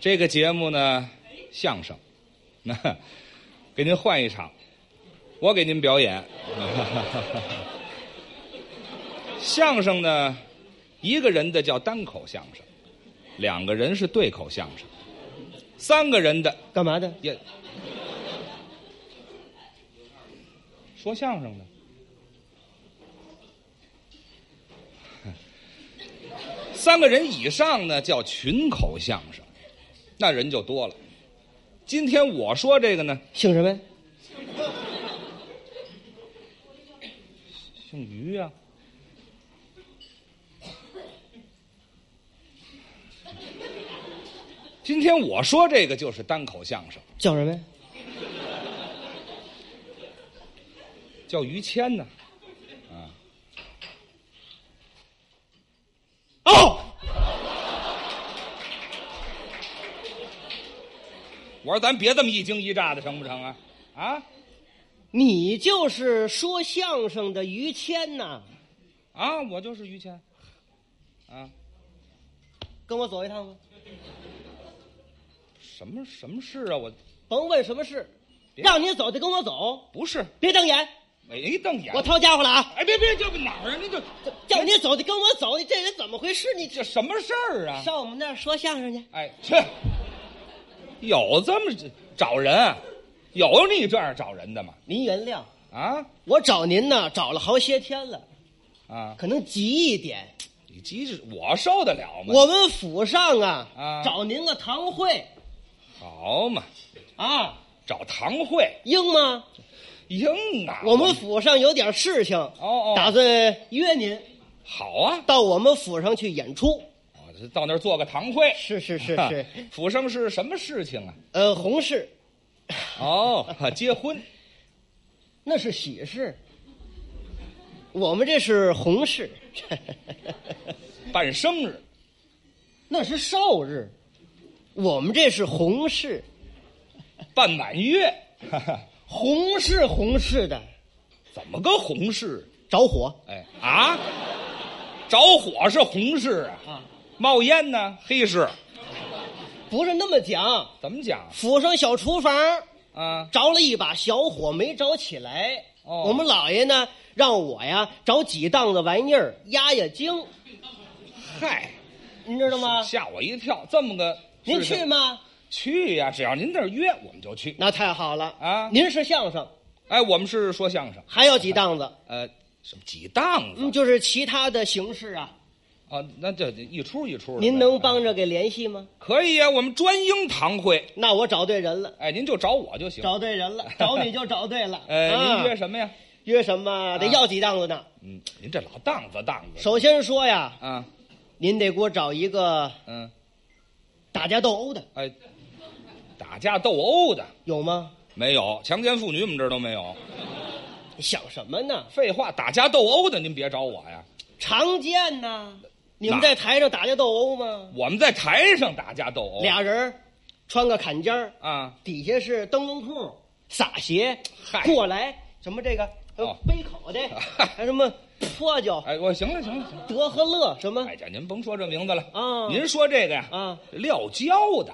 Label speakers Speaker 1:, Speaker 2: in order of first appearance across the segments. Speaker 1: 这个节目呢，相声， 那给您换一场，我给您表演。 相声呢，一个人的叫单口相声，两个人是对口相声，三个人的
Speaker 2: 干嘛的？
Speaker 1: 也说相声的。 三个人以上呢叫群口相声，那人就多了。今天我说这个呢，
Speaker 2: 姓什么呀？
Speaker 1: 姓于啊。今天我说这个就是单口相声，
Speaker 2: 叫什么呀？
Speaker 1: 叫于谦呢、
Speaker 2: 哦，
Speaker 1: 我说咱别这么一惊一乍的，成不成啊？啊
Speaker 2: 你就是说相声的于谦呐，
Speaker 1: 啊，我就是于谦。啊，
Speaker 2: 跟我走一趟吧。
Speaker 1: 什么什么事啊？我
Speaker 2: 甭问什么事，
Speaker 1: 别
Speaker 2: 让你走就跟我走，
Speaker 1: 不是
Speaker 2: 别瞪眼，
Speaker 1: 没瞪眼。
Speaker 2: 我掏家伙了啊！
Speaker 1: 哎，别别，这不哪儿啊？您这
Speaker 2: 叫你走就跟我走，你这人怎么回事？你
Speaker 1: 这什么事儿啊？
Speaker 2: 上我们那儿说相声去，
Speaker 1: 哎，去，有这么找人啊？有你这样找人的吗？
Speaker 2: 您原谅
Speaker 1: 啊
Speaker 2: 我找您呢，找了好些天了，
Speaker 1: 啊！
Speaker 2: 可能急一点。
Speaker 1: 你急着我受得了吗？
Speaker 2: 我们府上啊，
Speaker 1: 啊
Speaker 2: 找您个堂会
Speaker 1: 好嘛，
Speaker 2: 啊，
Speaker 1: 找堂会
Speaker 2: 应吗？
Speaker 1: 赢哪？
Speaker 2: 我们府上有点事情，
Speaker 1: 哦哦
Speaker 2: 打算约您
Speaker 1: 好啊！
Speaker 2: 到我们府上去演出。
Speaker 1: 我就到那儿做个堂会。
Speaker 2: 是是是
Speaker 1: 哈
Speaker 2: 是，
Speaker 1: 府上是什么事情啊？
Speaker 2: 呃，红事
Speaker 1: 哦，哈结婚
Speaker 2: 那是喜事，我们这是红事，
Speaker 1: 办生日，
Speaker 2: 那是寿日，我们这是红事，
Speaker 1: 办满月，哈哈，
Speaker 2: 红事红事的
Speaker 1: 怎么个红事？
Speaker 2: 着火
Speaker 1: 哎啊，着火是红事啊，
Speaker 2: 啊，
Speaker 1: 冒烟呢黑事，
Speaker 2: 不是那么讲。
Speaker 1: 怎么讲
Speaker 2: 府上小厨房
Speaker 1: 啊？
Speaker 2: 着了一把小火，没着起来。
Speaker 1: 哦
Speaker 2: 我们老爷呢，让我呀找几档子玩意儿压压惊，
Speaker 1: 嗨，
Speaker 2: 您知道吗？
Speaker 1: 吓我一跳，这么个
Speaker 2: 您
Speaker 1: 事情
Speaker 2: 去吗？
Speaker 1: 去呀、只要您这儿约，我们就去。
Speaker 2: 那太好了
Speaker 1: 啊
Speaker 2: 您是相声，
Speaker 1: 哎，我们是说相声，
Speaker 2: 还有几档子？
Speaker 1: 呃，什么几档子、
Speaker 2: 嗯，就是其他的形式啊，
Speaker 1: 啊？那这一出一出的呗。
Speaker 2: 您能
Speaker 1: 哎
Speaker 2: 帮着给联系吗？
Speaker 1: 可以呀、我们专应堂会。
Speaker 2: 那我找对人了，
Speaker 1: 哎，您就找我就行。
Speaker 2: 找对 人了，找你就找对了。
Speaker 1: 呃，
Speaker 2: 啊
Speaker 1: 您约什么啊呀？
Speaker 2: 约什么？啊得要几档子呢？
Speaker 1: 嗯，您这老档子档子。
Speaker 2: 首先说呀，
Speaker 1: 啊，
Speaker 2: 您得给我找一个
Speaker 1: 嗯，
Speaker 2: 打架斗殴的，
Speaker 1: 哎，打架斗殴的
Speaker 2: 有吗？
Speaker 1: 没有，强奸妇女我们这儿都没有。
Speaker 2: 你想什么呢？
Speaker 1: 废话，打架斗殴的您别找我呀，
Speaker 2: 常见呐，你们
Speaker 1: 哪
Speaker 2: 在台上打架斗殴吗？
Speaker 1: 我们在台上打架斗殴。
Speaker 2: 俩人儿穿个坎肩儿，
Speaker 1: 啊，
Speaker 2: 底下是灯笼裤、洒鞋，
Speaker 1: 嗨
Speaker 2: 过来什么这个呃
Speaker 1: 哦
Speaker 2: 背口袋，
Speaker 1: 嗨
Speaker 2: 还什么搓脚、
Speaker 1: 哎，我行了行了行了，
Speaker 2: 德和乐什么
Speaker 1: 哎呀，您甭说这名字了
Speaker 2: 啊
Speaker 1: 您说这个呀
Speaker 2: 啊？
Speaker 1: 撂跤的，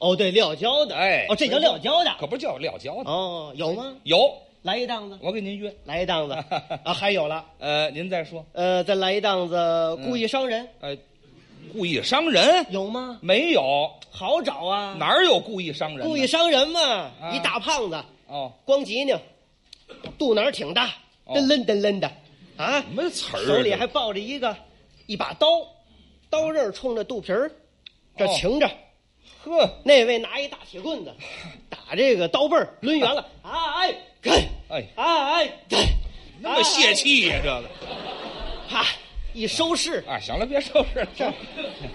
Speaker 2: 哦，对，撂跤的，
Speaker 1: 哎
Speaker 2: 哦，这叫撂跤的，
Speaker 1: 可不叫撂跤的。
Speaker 2: 哦，有吗？
Speaker 1: 有，
Speaker 2: 来一档子，
Speaker 1: 我给您约。
Speaker 2: 来 一档子啊，还有了，
Speaker 1: 呃，您再说，
Speaker 2: 呃，再来一档子
Speaker 1: 嗯
Speaker 2: 故意伤人，
Speaker 1: 呃，故意伤人
Speaker 2: 有吗？
Speaker 1: 没有？
Speaker 2: 好找啊，
Speaker 1: 哪儿有故意伤人呢？
Speaker 2: 故意伤人嘛，
Speaker 1: 啊
Speaker 2: 一大胖子，
Speaker 1: 哦，
Speaker 2: 光脊梁，肚腩挺大，
Speaker 1: 哦
Speaker 2: 噔抡噔抡的，啊
Speaker 1: 什，么词儿啊？
Speaker 2: 手里
Speaker 1: 这
Speaker 2: 还抱着一个一把刀，刀刃儿冲着肚皮儿，这
Speaker 1: 哦
Speaker 2: 擎着。
Speaker 1: 呵，
Speaker 2: 那位拿一大铁 棍子，打这个刀背儿抡圆了，啊哎，干，
Speaker 1: 哎，
Speaker 2: 啊哎，干，
Speaker 1: 那么泄气呀、这
Speaker 2: 啊
Speaker 1: 个。
Speaker 2: 啪，哎啊一收拾
Speaker 1: 啊，行了，别收拾了，行了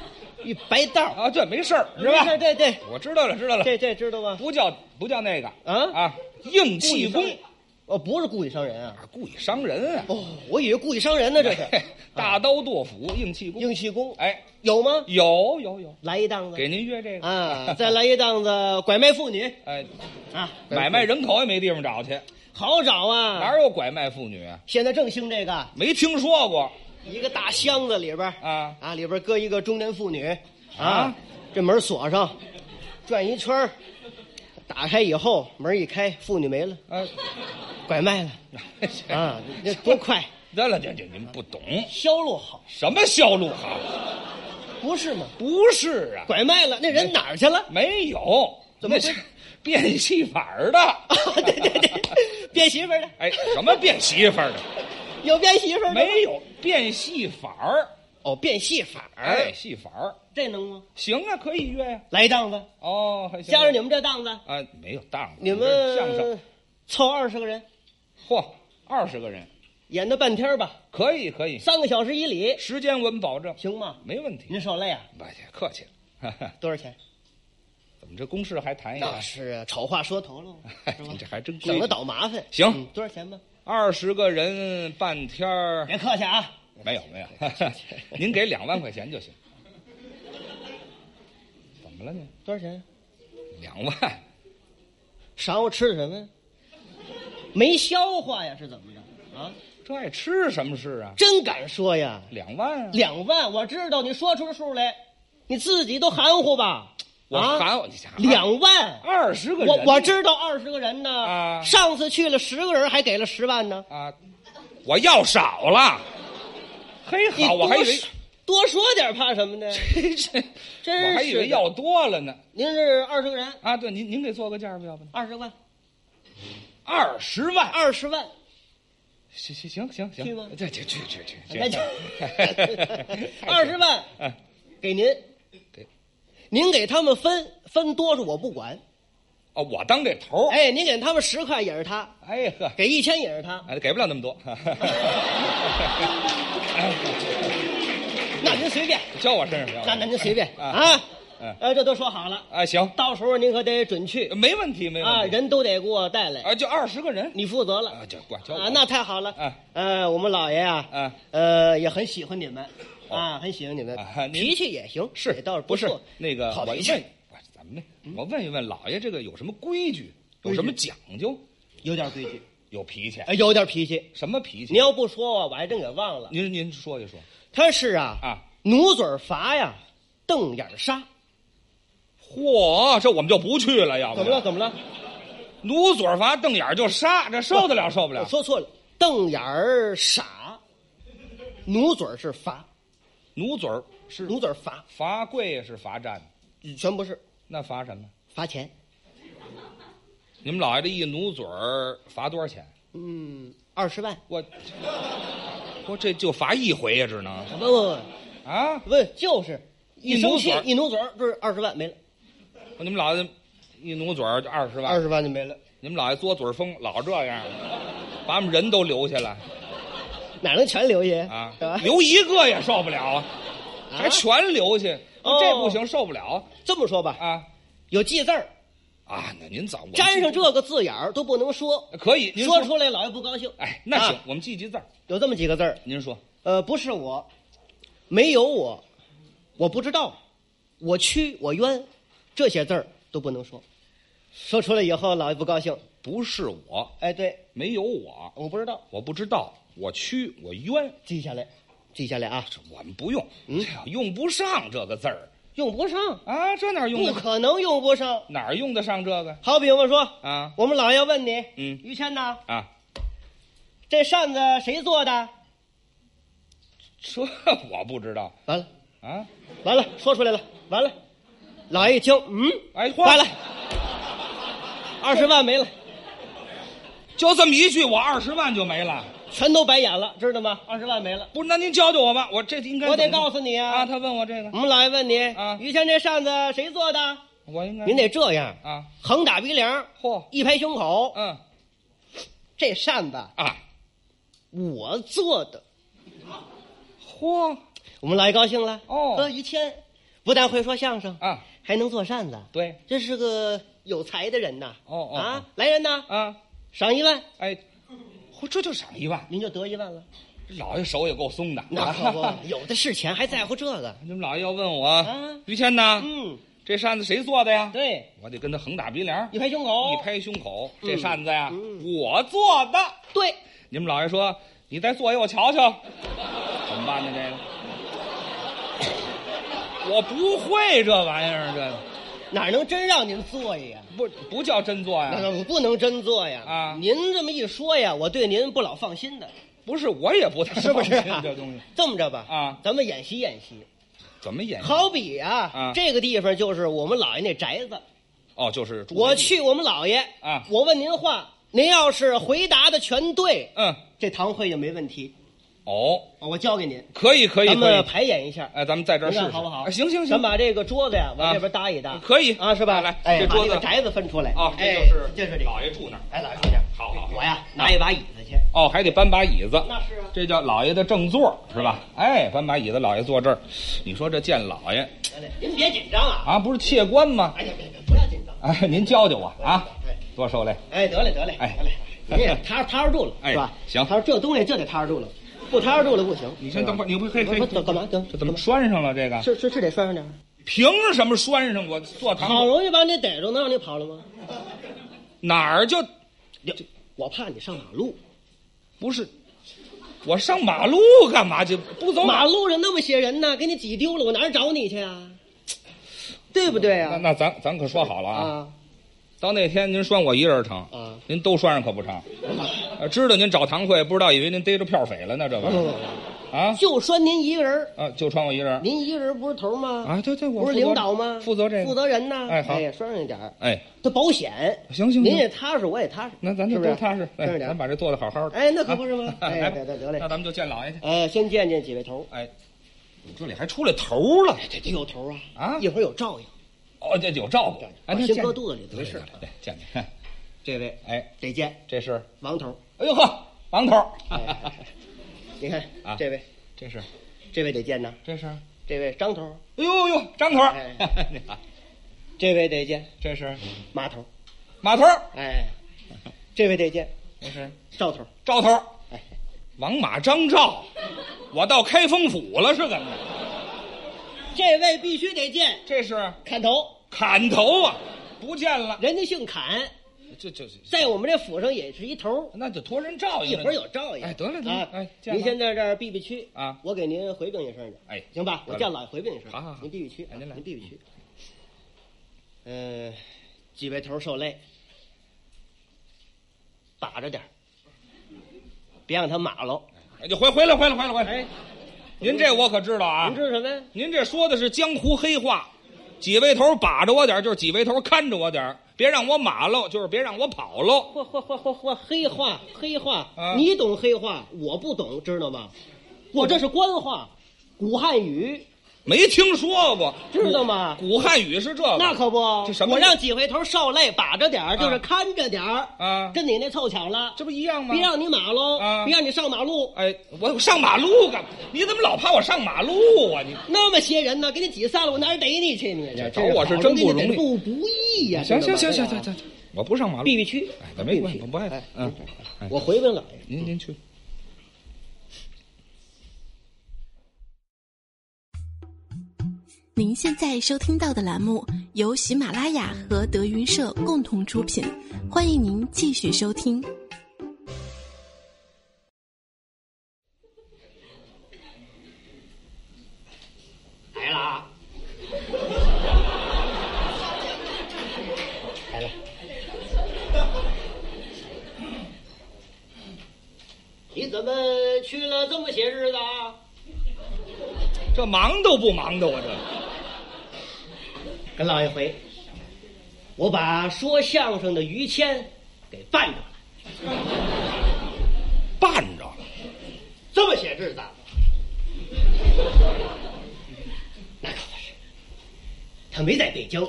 Speaker 2: 一白道儿，
Speaker 1: 啊，对，没事儿，是吧？
Speaker 2: 对对对，
Speaker 1: 我知道了，知道了，
Speaker 2: 这这知道吗？
Speaker 1: 不叫不叫那个
Speaker 2: 啊
Speaker 1: 啊，硬
Speaker 2: 故意
Speaker 1: 气
Speaker 2: 伤
Speaker 1: 功
Speaker 2: 人，哦，不是故意伤人啊，
Speaker 1: 啊，故意伤人啊，
Speaker 2: 哦，我以为故意伤人呢，这
Speaker 1: 哎
Speaker 2: 是啊
Speaker 1: 大刀剁斧，硬气功，
Speaker 2: 硬气功，
Speaker 1: 哎，
Speaker 2: 有吗？
Speaker 1: 有有有，
Speaker 2: 来一档子
Speaker 1: 给您约这个
Speaker 2: 啊，再来一档子拐卖妇女
Speaker 1: 哎，
Speaker 2: 啊，
Speaker 1: 买卖人口也没地方找去，
Speaker 2: 好找啊，
Speaker 1: 哪有拐卖妇女啊？
Speaker 2: 现在正兴这个，
Speaker 1: 没听说过
Speaker 2: 一个大箱子里边儿
Speaker 1: 啊？
Speaker 2: 啊，里边搁一个中年妇女，
Speaker 1: 啊
Speaker 2: 啊，这门锁上，转一圈儿打开以后门一开，妇女没了，
Speaker 1: 啊，
Speaker 2: 拐卖了
Speaker 1: 哎
Speaker 2: 啊！那多快，
Speaker 1: 得了，这这您不懂
Speaker 2: 销路好
Speaker 1: 什么销路好，
Speaker 2: 不是吗？
Speaker 1: 不是啊，
Speaker 2: 拐卖了，那人哪儿去了？
Speaker 1: 没有，
Speaker 2: 怎么
Speaker 1: 那
Speaker 2: 会
Speaker 1: 是 变戏法儿的？
Speaker 2: 啊，对对对，变媳妇儿的，
Speaker 1: 哎，什么变媳妇儿的？
Speaker 2: 有变媳妇儿的吗
Speaker 1: 没？有变戏法儿，
Speaker 2: 哦，变戏法儿，
Speaker 1: 哎，戏法儿
Speaker 2: 这能吗？
Speaker 1: 行啊，可以约呀、
Speaker 2: 来一档子，
Speaker 1: 哦，还行
Speaker 2: 加上你们这档子，
Speaker 1: 啊，没有档子，
Speaker 2: 你
Speaker 1: 这是相声
Speaker 2: 们凑二十个人，
Speaker 1: 嚯，二十个人，
Speaker 2: 演到半天儿吧，
Speaker 1: 可以可以，
Speaker 2: 三个小时以里，
Speaker 1: 时间我们保证，
Speaker 2: 行吗？
Speaker 1: 没问题。
Speaker 2: 您受累啊，
Speaker 1: 不客气客气了，哈哈
Speaker 2: 多少钱？
Speaker 1: 怎么这公事还谈一
Speaker 2: 那
Speaker 1: 谈？
Speaker 2: 是啊，丑话说头喽，
Speaker 1: 哎
Speaker 2: 是吧
Speaker 1: 你这还真规矩
Speaker 2: 省得倒麻烦。
Speaker 1: 行
Speaker 2: 嗯多少钱吧？
Speaker 1: 二十个人半天儿
Speaker 2: 别客气啊，
Speaker 1: 没有没有，哈 哈您给两万块钱就行。怎么了呢？
Speaker 2: 多少钱？
Speaker 1: 两万，
Speaker 2: 晌午吃的什么呀？没消化呀，是怎么着啊？
Speaker 1: 这爱吃什么是啊？
Speaker 2: 真敢说呀！
Speaker 1: 两万啊！
Speaker 2: 两万，我知道你说出数来，你自己都含糊吧？
Speaker 1: 我
Speaker 2: 啊
Speaker 1: 喊我你想
Speaker 2: 两万，
Speaker 1: 二十个人，
Speaker 2: 我我知道二十个人呢。
Speaker 1: 啊
Speaker 2: 上次去了十个人，还给了十万呢。
Speaker 1: 啊，我要少了。嘿，
Speaker 2: 你
Speaker 1: 好，
Speaker 2: 多
Speaker 1: 我还以为
Speaker 2: 说多说点怕什么呢？
Speaker 1: 真是，
Speaker 2: 真是
Speaker 1: 我还以为
Speaker 2: 的
Speaker 1: 要多了呢。
Speaker 2: 您是二十个人，
Speaker 1: 啊，对，您您给做个价吧，要不
Speaker 2: 二十万，
Speaker 1: 二十万，
Speaker 2: 二十万，
Speaker 1: 行行行行行，
Speaker 2: 去吗
Speaker 1: 这这去去去去，
Speaker 2: 那就
Speaker 1: 二
Speaker 2: 二十，万
Speaker 1: 嗯，
Speaker 2: 给您，
Speaker 1: 给
Speaker 2: 您给他们分分多少我不管。
Speaker 1: 哦，我当这头儿，
Speaker 2: 哎，您给他们十块也是他，
Speaker 1: 哎呵，
Speaker 2: 给一千也是他，
Speaker 1: 哎给不了那么多，
Speaker 2: 那您随便，
Speaker 1: 交我身上，
Speaker 2: 那那您随便
Speaker 1: 啊
Speaker 2: 啊
Speaker 1: 嗯。
Speaker 2: 呃，这都说好了，
Speaker 1: 啊，行，
Speaker 2: 到时候您可得准去
Speaker 1: 没问题没
Speaker 2: 啊，
Speaker 1: 问题
Speaker 2: 人都得给我带来，
Speaker 1: 啊，就二十个人
Speaker 2: 你负责了
Speaker 1: 啊，就管交我
Speaker 2: 啊，那太好了
Speaker 1: 啊。
Speaker 2: 呃，我们老爷啊
Speaker 1: 啊，
Speaker 2: 呃，也很喜欢你们啊，很喜欢你们
Speaker 1: 哦啊，您
Speaker 2: 脾气也行，
Speaker 1: 是
Speaker 2: 也倒是
Speaker 1: 不
Speaker 2: 错
Speaker 1: 是那个？
Speaker 2: 好
Speaker 1: 我
Speaker 2: 脾
Speaker 1: 一
Speaker 2: 气
Speaker 1: 问，不是咱们
Speaker 2: 嗯
Speaker 1: 那，我问一问老爷这个有什么规矩，有什么讲究？
Speaker 2: 有点规矩，
Speaker 1: 有脾气，
Speaker 2: 哎，有点脾气。
Speaker 1: 什么脾气？
Speaker 2: 您要不说啊，我还真给忘了。
Speaker 1: 您您说一说
Speaker 2: 他是啊，
Speaker 1: 啊。
Speaker 2: 努嘴儿罚呀，瞪眼儿杀。
Speaker 1: 嚯，这我们就不去了，要不
Speaker 2: 怎么了？？怎么了？
Speaker 1: 努嘴儿罚，瞪眼儿就杀，这受得了受不了
Speaker 2: 我？说错了，瞪眼儿傻，努嘴儿是罚，
Speaker 1: 努嘴儿是
Speaker 2: 努嘴儿罚，
Speaker 1: 罚跪是罚站，
Speaker 2: 全不是
Speaker 1: 那罚什么？
Speaker 2: 罚钱。
Speaker 1: 你们老爷这一努嘴儿罚多少钱？
Speaker 2: 嗯，二十万。
Speaker 1: 我我这就罚一回呀，只能
Speaker 2: 不不
Speaker 1: 啊！
Speaker 2: 不不，就是
Speaker 1: 一
Speaker 2: 一生
Speaker 1: 努
Speaker 2: 气
Speaker 1: 嘴儿
Speaker 2: 一努嘴儿，就是二十万没了，
Speaker 1: 你们老爷一努嘴儿就二十万，
Speaker 2: 二十万就没了，
Speaker 1: 你们老爷作嘴疯，老这样，把我们人都留下 来
Speaker 2: 哪能全留下
Speaker 1: 啊
Speaker 2: 是吧？，
Speaker 1: 留一个也受不了啊，
Speaker 2: 啊
Speaker 1: 还全留下，
Speaker 2: 哦
Speaker 1: 这不行，受不了
Speaker 2: 这么说吧，
Speaker 1: 啊
Speaker 2: 有记字儿，
Speaker 1: 啊！那您早我们
Speaker 2: 沾上
Speaker 1: 记
Speaker 2: 这个字眼儿都不能说，
Speaker 1: 可以，您
Speaker 2: 说出来老爷不高兴。
Speaker 1: 哎，那行
Speaker 2: 啊，
Speaker 1: 我们记记字儿，
Speaker 2: 有这么几个字儿，
Speaker 1: 您说
Speaker 2: 呃，不是我，没有我，我不知道，我屈我冤，这些字儿都不能说，说出来以后老爷不高兴。
Speaker 1: 不是我，
Speaker 2: 哎，对，
Speaker 1: 没有我，
Speaker 2: 我不知道，
Speaker 1: 我不知道，我屈，我冤，
Speaker 2: 记下来，记下来啊，
Speaker 1: 这我们不用，
Speaker 2: 嗯
Speaker 1: 这用不上这个字儿
Speaker 2: 用不上，
Speaker 1: 啊，这哪用
Speaker 2: 不
Speaker 1: 得
Speaker 2: 可能用不上。
Speaker 1: 哪儿用得上这个
Speaker 2: 好比我说，
Speaker 1: 啊
Speaker 2: 我们老爷问你，
Speaker 1: 嗯
Speaker 2: 于谦呐，
Speaker 1: 啊？
Speaker 2: 这扇子谁做的？
Speaker 1: 这我不知道
Speaker 2: 完了，
Speaker 1: 啊！
Speaker 2: 完了，说出来了，完了。老爷一听，嗯，
Speaker 1: 哎，嚯
Speaker 2: 完了，二十万没了，
Speaker 1: 就这么一句，我二十万就没了。
Speaker 2: 全都白演了，知道吗？二十万没了。
Speaker 1: 不是，那您教教我吧，我这应该
Speaker 2: 我得
Speaker 1: 怎么做
Speaker 2: 告诉你啊
Speaker 1: 啊！他问我这个
Speaker 2: 我，们老爷问你，
Speaker 1: 啊
Speaker 2: 于谦这扇子谁做的？
Speaker 1: 我应该
Speaker 2: 您得这样，
Speaker 1: 啊，
Speaker 2: 横打鼻梁，
Speaker 1: 嚯，
Speaker 2: 一拍胸口，
Speaker 1: 嗯
Speaker 2: 这扇子
Speaker 1: 啊，
Speaker 2: 我做的。
Speaker 1: 嚯
Speaker 2: 我们老爷高兴了，
Speaker 1: 哦
Speaker 2: 呵，于谦不但会说相声，
Speaker 1: 啊，
Speaker 2: 还能做扇子，
Speaker 1: 对，
Speaker 2: 这是个有才的人呐。
Speaker 1: 哦哦哦
Speaker 2: 啊，来人呐，
Speaker 1: 啊，
Speaker 2: 赏一万，
Speaker 1: 哎，嚯，这就赏一万，
Speaker 2: 您就得一 万了。
Speaker 1: 这老爷手也够松的。
Speaker 2: 那可 不，有的是钱，还在乎这个？
Speaker 1: 你们老爷要问我
Speaker 2: 啊，
Speaker 1: 于谦呢？
Speaker 2: 嗯，
Speaker 1: 这扇子谁做的呀？
Speaker 2: 对，
Speaker 1: 我得跟他横打鼻梁，
Speaker 2: 一拍胸口，
Speaker 1: 一，拍胸口，这扇子呀
Speaker 2: 嗯，
Speaker 1: 我做的。
Speaker 2: 对，
Speaker 1: 你们老爷说：“你再做一我瞧瞧，怎么办呢？这个我不会这玩意儿，这个
Speaker 2: 哪能真让您坐呀？
Speaker 1: 不不叫真做呀、
Speaker 2: 那我不能真坐呀！
Speaker 1: 啊
Speaker 2: 您这么一说呀，我对您不老放心的，
Speaker 1: 不 是我也不太
Speaker 2: 是不是
Speaker 1: 放心
Speaker 2: 啊？
Speaker 1: 这东 西
Speaker 2: 这么着吧，
Speaker 1: 啊
Speaker 2: 咱们演习演习。
Speaker 1: 怎么演绎？
Speaker 2: 好比啊，
Speaker 1: 啊
Speaker 2: 这个地方就是我们老爷那宅子，
Speaker 1: 哦，就是住
Speaker 2: 我
Speaker 1: 宅地，
Speaker 2: 去我们老爷
Speaker 1: 啊
Speaker 2: 我问您话，您要是回答的全对，
Speaker 1: 嗯，
Speaker 2: 这堂会就没问题。
Speaker 1: 哦，
Speaker 2: 我交给您，
Speaker 1: 可以可以
Speaker 2: 咱
Speaker 1: 可
Speaker 2: 们
Speaker 1: 以，
Speaker 2: 排演一下，
Speaker 1: 哎，咱们在这儿试
Speaker 2: 您看
Speaker 1: 试，
Speaker 2: 好不好？
Speaker 1: 哎行行
Speaker 2: 咱
Speaker 1: 行，
Speaker 2: 把这个桌子呀往
Speaker 1: 啊
Speaker 2: 这边搭一搭，
Speaker 1: 可以
Speaker 2: 啊，是吧？
Speaker 1: 来来，
Speaker 2: 哎，
Speaker 1: 这
Speaker 2: 把
Speaker 1: 桌
Speaker 2: 这
Speaker 1: 子
Speaker 2: 个宅子分出来
Speaker 1: 哦，这
Speaker 2: 哎
Speaker 1: 就是
Speaker 2: 就是这个。
Speaker 1: 老爷住那儿，
Speaker 2: 哎，老师，
Speaker 1: 好好好
Speaker 2: 我呀拿一把椅子去。
Speaker 1: 哦，还得搬把椅子，
Speaker 2: 那是啊，
Speaker 1: 这叫老爷的正座是吧？哎，搬把椅子，老爷坐这儿，你说这见老爷
Speaker 2: 您别紧张啊。
Speaker 1: 啊，不是切官吗？
Speaker 2: 哎呀，别别，不要紧张。
Speaker 1: 哎，您教教我啊，
Speaker 2: 哎
Speaker 1: 多受累。
Speaker 2: 哎，得嘞得嘞，
Speaker 1: 哎
Speaker 2: 得嘞，您也踏实踏实住了，
Speaker 1: 哎
Speaker 2: 是吧？
Speaker 1: 行
Speaker 2: 他说这东西就得踏实住了，不踏实住了不行。
Speaker 1: 你先等会儿，你不可以
Speaker 2: 不
Speaker 1: 可
Speaker 2: 啊不
Speaker 1: 以，
Speaker 2: 怎干嘛？等
Speaker 1: 这怎么
Speaker 2: 干嘛
Speaker 1: 拴上了这个？
Speaker 2: 是是是得拴上点儿。
Speaker 1: 凭什么拴上我坐堂
Speaker 2: 好容易把你逮着，能让你跑了吗？
Speaker 1: 哪儿就
Speaker 2: 我怕你上马路，
Speaker 1: 不是？我上马路干嘛去？不走
Speaker 2: 马路上那么些人呢，给你挤丢了，我哪儿找你去啊？对不对
Speaker 1: 那
Speaker 2: 啊？
Speaker 1: 那咱咱可说好了啊，
Speaker 2: 啊
Speaker 1: 到那天您拴我一人成，
Speaker 2: 啊！
Speaker 1: 您都拴上可不成。呃知道您找堂会，不知道以为您逮着票匪了呢，这
Speaker 2: 不不
Speaker 1: 个
Speaker 2: 不，
Speaker 1: 啊
Speaker 2: 就说您一个人儿，
Speaker 1: 啊，就穿我一人
Speaker 2: 您一个人不是头儿吗？
Speaker 1: 啊，对对，我
Speaker 2: 不是
Speaker 1: 负责
Speaker 2: 领导吗？
Speaker 1: 负责这个，
Speaker 2: 负责人呐。
Speaker 1: 哎好
Speaker 2: 呀，拴上一点儿，
Speaker 1: 哎，
Speaker 2: 这保险。
Speaker 1: 行行
Speaker 2: 您也
Speaker 1: 行，
Speaker 2: 踏实，我也踏实。
Speaker 1: 那咱
Speaker 2: 是
Speaker 1: 就
Speaker 2: 不是
Speaker 1: 都踏实，
Speaker 2: 踏
Speaker 1: 哎，
Speaker 2: 实点
Speaker 1: 咱
Speaker 2: 儿。
Speaker 1: 把这做的好好的。
Speaker 2: 哎，那可不 是吗？
Speaker 1: 啊
Speaker 2: 哎，
Speaker 1: 来吧
Speaker 2: 得得得嘞
Speaker 1: 那。咱们就见老爷去。
Speaker 2: 呃，先见见几位头儿，
Speaker 1: 哎，你这里还出来头了
Speaker 2: 这得有头儿啊！
Speaker 1: 啊？
Speaker 2: 一会儿有照应，
Speaker 1: 哦，这有照顾，哎，那
Speaker 2: 先
Speaker 1: 见
Speaker 2: 搁肚子里，没
Speaker 1: 没事
Speaker 2: 事
Speaker 1: 儿。，对，见见。
Speaker 2: 这位
Speaker 1: 哎，
Speaker 2: 得见
Speaker 1: 这是，
Speaker 2: 王头儿，
Speaker 1: 哎呦呵，王头儿，
Speaker 2: 哎你看
Speaker 1: 啊
Speaker 2: 这位，
Speaker 1: 这是，
Speaker 2: 这位得见呐，
Speaker 1: 这是，哎
Speaker 2: 这位张头儿，
Speaker 1: 呦呦，张头儿
Speaker 2: 哎，
Speaker 1: 你好
Speaker 2: 这位得见
Speaker 1: 这是
Speaker 2: 马头儿，
Speaker 1: 马头儿，
Speaker 2: 哎，这位得见
Speaker 1: 这是
Speaker 2: 赵头儿，
Speaker 1: 赵头儿，
Speaker 2: 哎，
Speaker 1: 王马张赵，我到开封府了是怎么着？
Speaker 2: 这位必须得见
Speaker 1: 这是
Speaker 2: 砍头，
Speaker 1: 砍头啊，不见了，
Speaker 2: 人家姓砍，
Speaker 1: 这这这，
Speaker 2: 在我们这府上也是一头儿，
Speaker 1: 那就托人照应
Speaker 2: 一
Speaker 1: 了。
Speaker 2: 会儿有照应。
Speaker 1: 哎得了得了
Speaker 2: 啊
Speaker 1: 哎见
Speaker 2: 您
Speaker 1: 吧
Speaker 2: 先在这儿避避区
Speaker 1: 啊
Speaker 2: 我给您回禀一声去。
Speaker 1: 哎
Speaker 2: 行吧，
Speaker 1: 得
Speaker 2: 我
Speaker 1: 嘞
Speaker 2: 叫老爷回禀一声。
Speaker 1: 好好好
Speaker 2: 您避避区，啊
Speaker 1: 哎您来
Speaker 2: 您避避区。嗯，几位头儿受累，把着点儿别让他马喽。
Speaker 1: 哎，就回回来回来回来回来。
Speaker 2: 哎，
Speaker 1: 您这我可知道啊，
Speaker 2: 您知道什么呀？
Speaker 1: 您这说的是江湖黑话，几位头把着我点儿就是几位头看着我点儿别让我马喽，就是别让我跑喽。
Speaker 2: 嚯嚯嚯嚯嚯，黑话黑话、
Speaker 1: 啊
Speaker 2: 你懂黑话，我不懂，知道吗？我这是官话，古汉语，
Speaker 1: 没听说过，
Speaker 2: 知道吗？
Speaker 1: 古汉语是这个？
Speaker 2: 那可不，
Speaker 1: 这什么
Speaker 2: 我让几回头受累，把着点儿，就是看着点儿
Speaker 1: 啊
Speaker 2: 跟你那凑巧了，
Speaker 1: 这不一样吗？
Speaker 2: 别让你马喽，
Speaker 1: 啊
Speaker 2: 别让你上马路。
Speaker 1: 哎，我上马路干嘛？你怎么老怕我上马路啊？你
Speaker 2: 那么些人呢，给你挤散了，我哪儿逮你去？你
Speaker 1: 这
Speaker 2: 这
Speaker 1: 找我是真不容易
Speaker 2: 你得不不易呀！
Speaker 1: 行
Speaker 2: 知道
Speaker 1: 行行行
Speaker 2: 吧
Speaker 1: 行，
Speaker 2: 对吧
Speaker 1: 行，我不上马路。
Speaker 2: 避避区
Speaker 1: 哎，咱没关
Speaker 2: 避
Speaker 1: 系，
Speaker 2: 避
Speaker 1: 我
Speaker 2: 区
Speaker 1: 不爱
Speaker 2: 哎。
Speaker 1: 嗯，哎
Speaker 2: 我回问老爷，
Speaker 1: 您您去。
Speaker 3: 您现在收听到的栏目由喜马拉雅和德云社共同出品，欢迎您继续收听。
Speaker 2: 来了啊，来了。你怎么去了这么些日子啊？
Speaker 1: 这忙都不忙的，我这
Speaker 2: 跟老爷回，我把说相声的于谦给绊着了，
Speaker 1: 绊着了。
Speaker 2: 这么些日子啊，那可不是，他没在北京，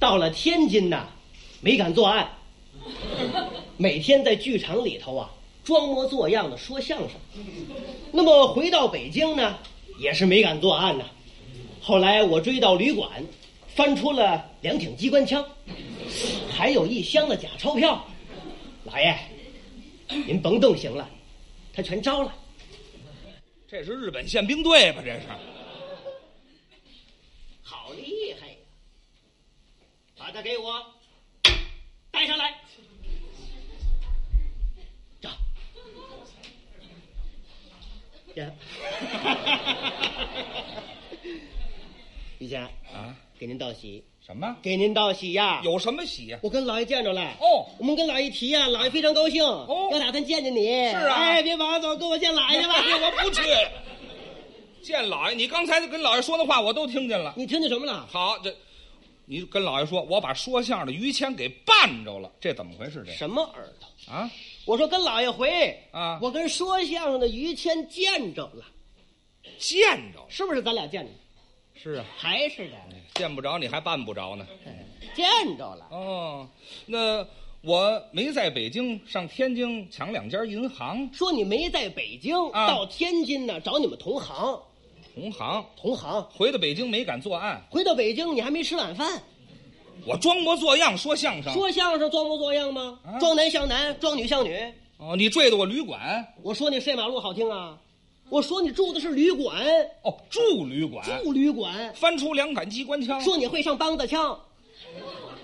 Speaker 2: 到了天津呐，没敢作案，每天在剧场里头啊装模作样的说相声，那么回到北京呢，也是没敢作案呐、后来我追到旅馆，翻出了两挺机关枪，还有一箱子假钞票。老爷，您甭动行了，他全招了。
Speaker 1: 这是日本宪兵队吧？这是
Speaker 2: 好厉害呀！把他给我带上来。呀呀！于谦，
Speaker 1: 啊，
Speaker 2: 给您道喜，
Speaker 1: 什么？
Speaker 2: 给您道喜呀！
Speaker 1: 有什么喜呀、
Speaker 2: 我跟老爷见着了。
Speaker 1: 哦
Speaker 2: 我们跟老爷提呀、老爷非常高兴。哦要打算见见你。是
Speaker 1: 啊
Speaker 2: 哎，别忙，走，跟我见老爷去吧。
Speaker 1: 哎 我不去。见老爷，你刚才跟老爷说的话我都听见了。
Speaker 2: 你听见什么了？
Speaker 1: 好，这你跟老爷说，我把说相声的于谦给绊着了，这怎么回事？这
Speaker 2: 什么耳朵？
Speaker 1: 啊，
Speaker 2: 我说跟老爷回
Speaker 1: 啊
Speaker 2: 我跟说相声的于谦见着了，
Speaker 1: 见着了。
Speaker 2: 是不是？咱俩见着，
Speaker 1: 是啊，
Speaker 2: 还是的，
Speaker 1: 见不着你还绊不着呢。
Speaker 2: 见着了。
Speaker 1: 哦，那我没在北京，上天津抢两家银行
Speaker 2: 说你没在北京，
Speaker 1: 啊
Speaker 2: 到天津呢找你们同行，
Speaker 1: 同行，
Speaker 2: 同行。
Speaker 1: 回到北京没敢作案，
Speaker 2: 回到北京，你还没吃晚饭，
Speaker 1: 我装模作样说相声。
Speaker 2: 说相声装模作样吗？
Speaker 1: 啊
Speaker 2: 装男像男，装女像女。
Speaker 1: 哦，你坠到我旅馆
Speaker 2: 我说你睡马路好听啊，我说你住的是旅馆，
Speaker 1: 哦，住旅馆，
Speaker 2: 住旅馆，
Speaker 1: 翻出两杆机关枪，
Speaker 2: 说你会上梆子腔，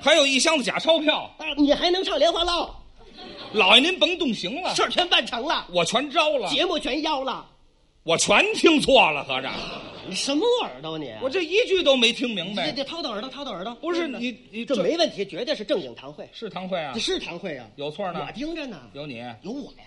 Speaker 1: 还有一箱子假钞票。
Speaker 2: 啊，你还能唱莲花落，
Speaker 1: 老爷您甭动刑了，
Speaker 2: 事儿全办成了，
Speaker 1: 我全招了，
Speaker 2: 节目全要了，
Speaker 1: 我全听错了，合着
Speaker 2: 你什么耳朵你？啊
Speaker 1: 我这一句都没听明
Speaker 2: 这
Speaker 1: 白。
Speaker 2: 这掏掏耳朵，掏掏耳朵。
Speaker 1: 不是你，你
Speaker 2: 这没问题，绝对是正经堂会，
Speaker 1: 是堂会啊
Speaker 2: 这？是堂会啊，
Speaker 1: 有错呢
Speaker 2: 我？盯着呢，
Speaker 1: 有你，
Speaker 2: 有我呀，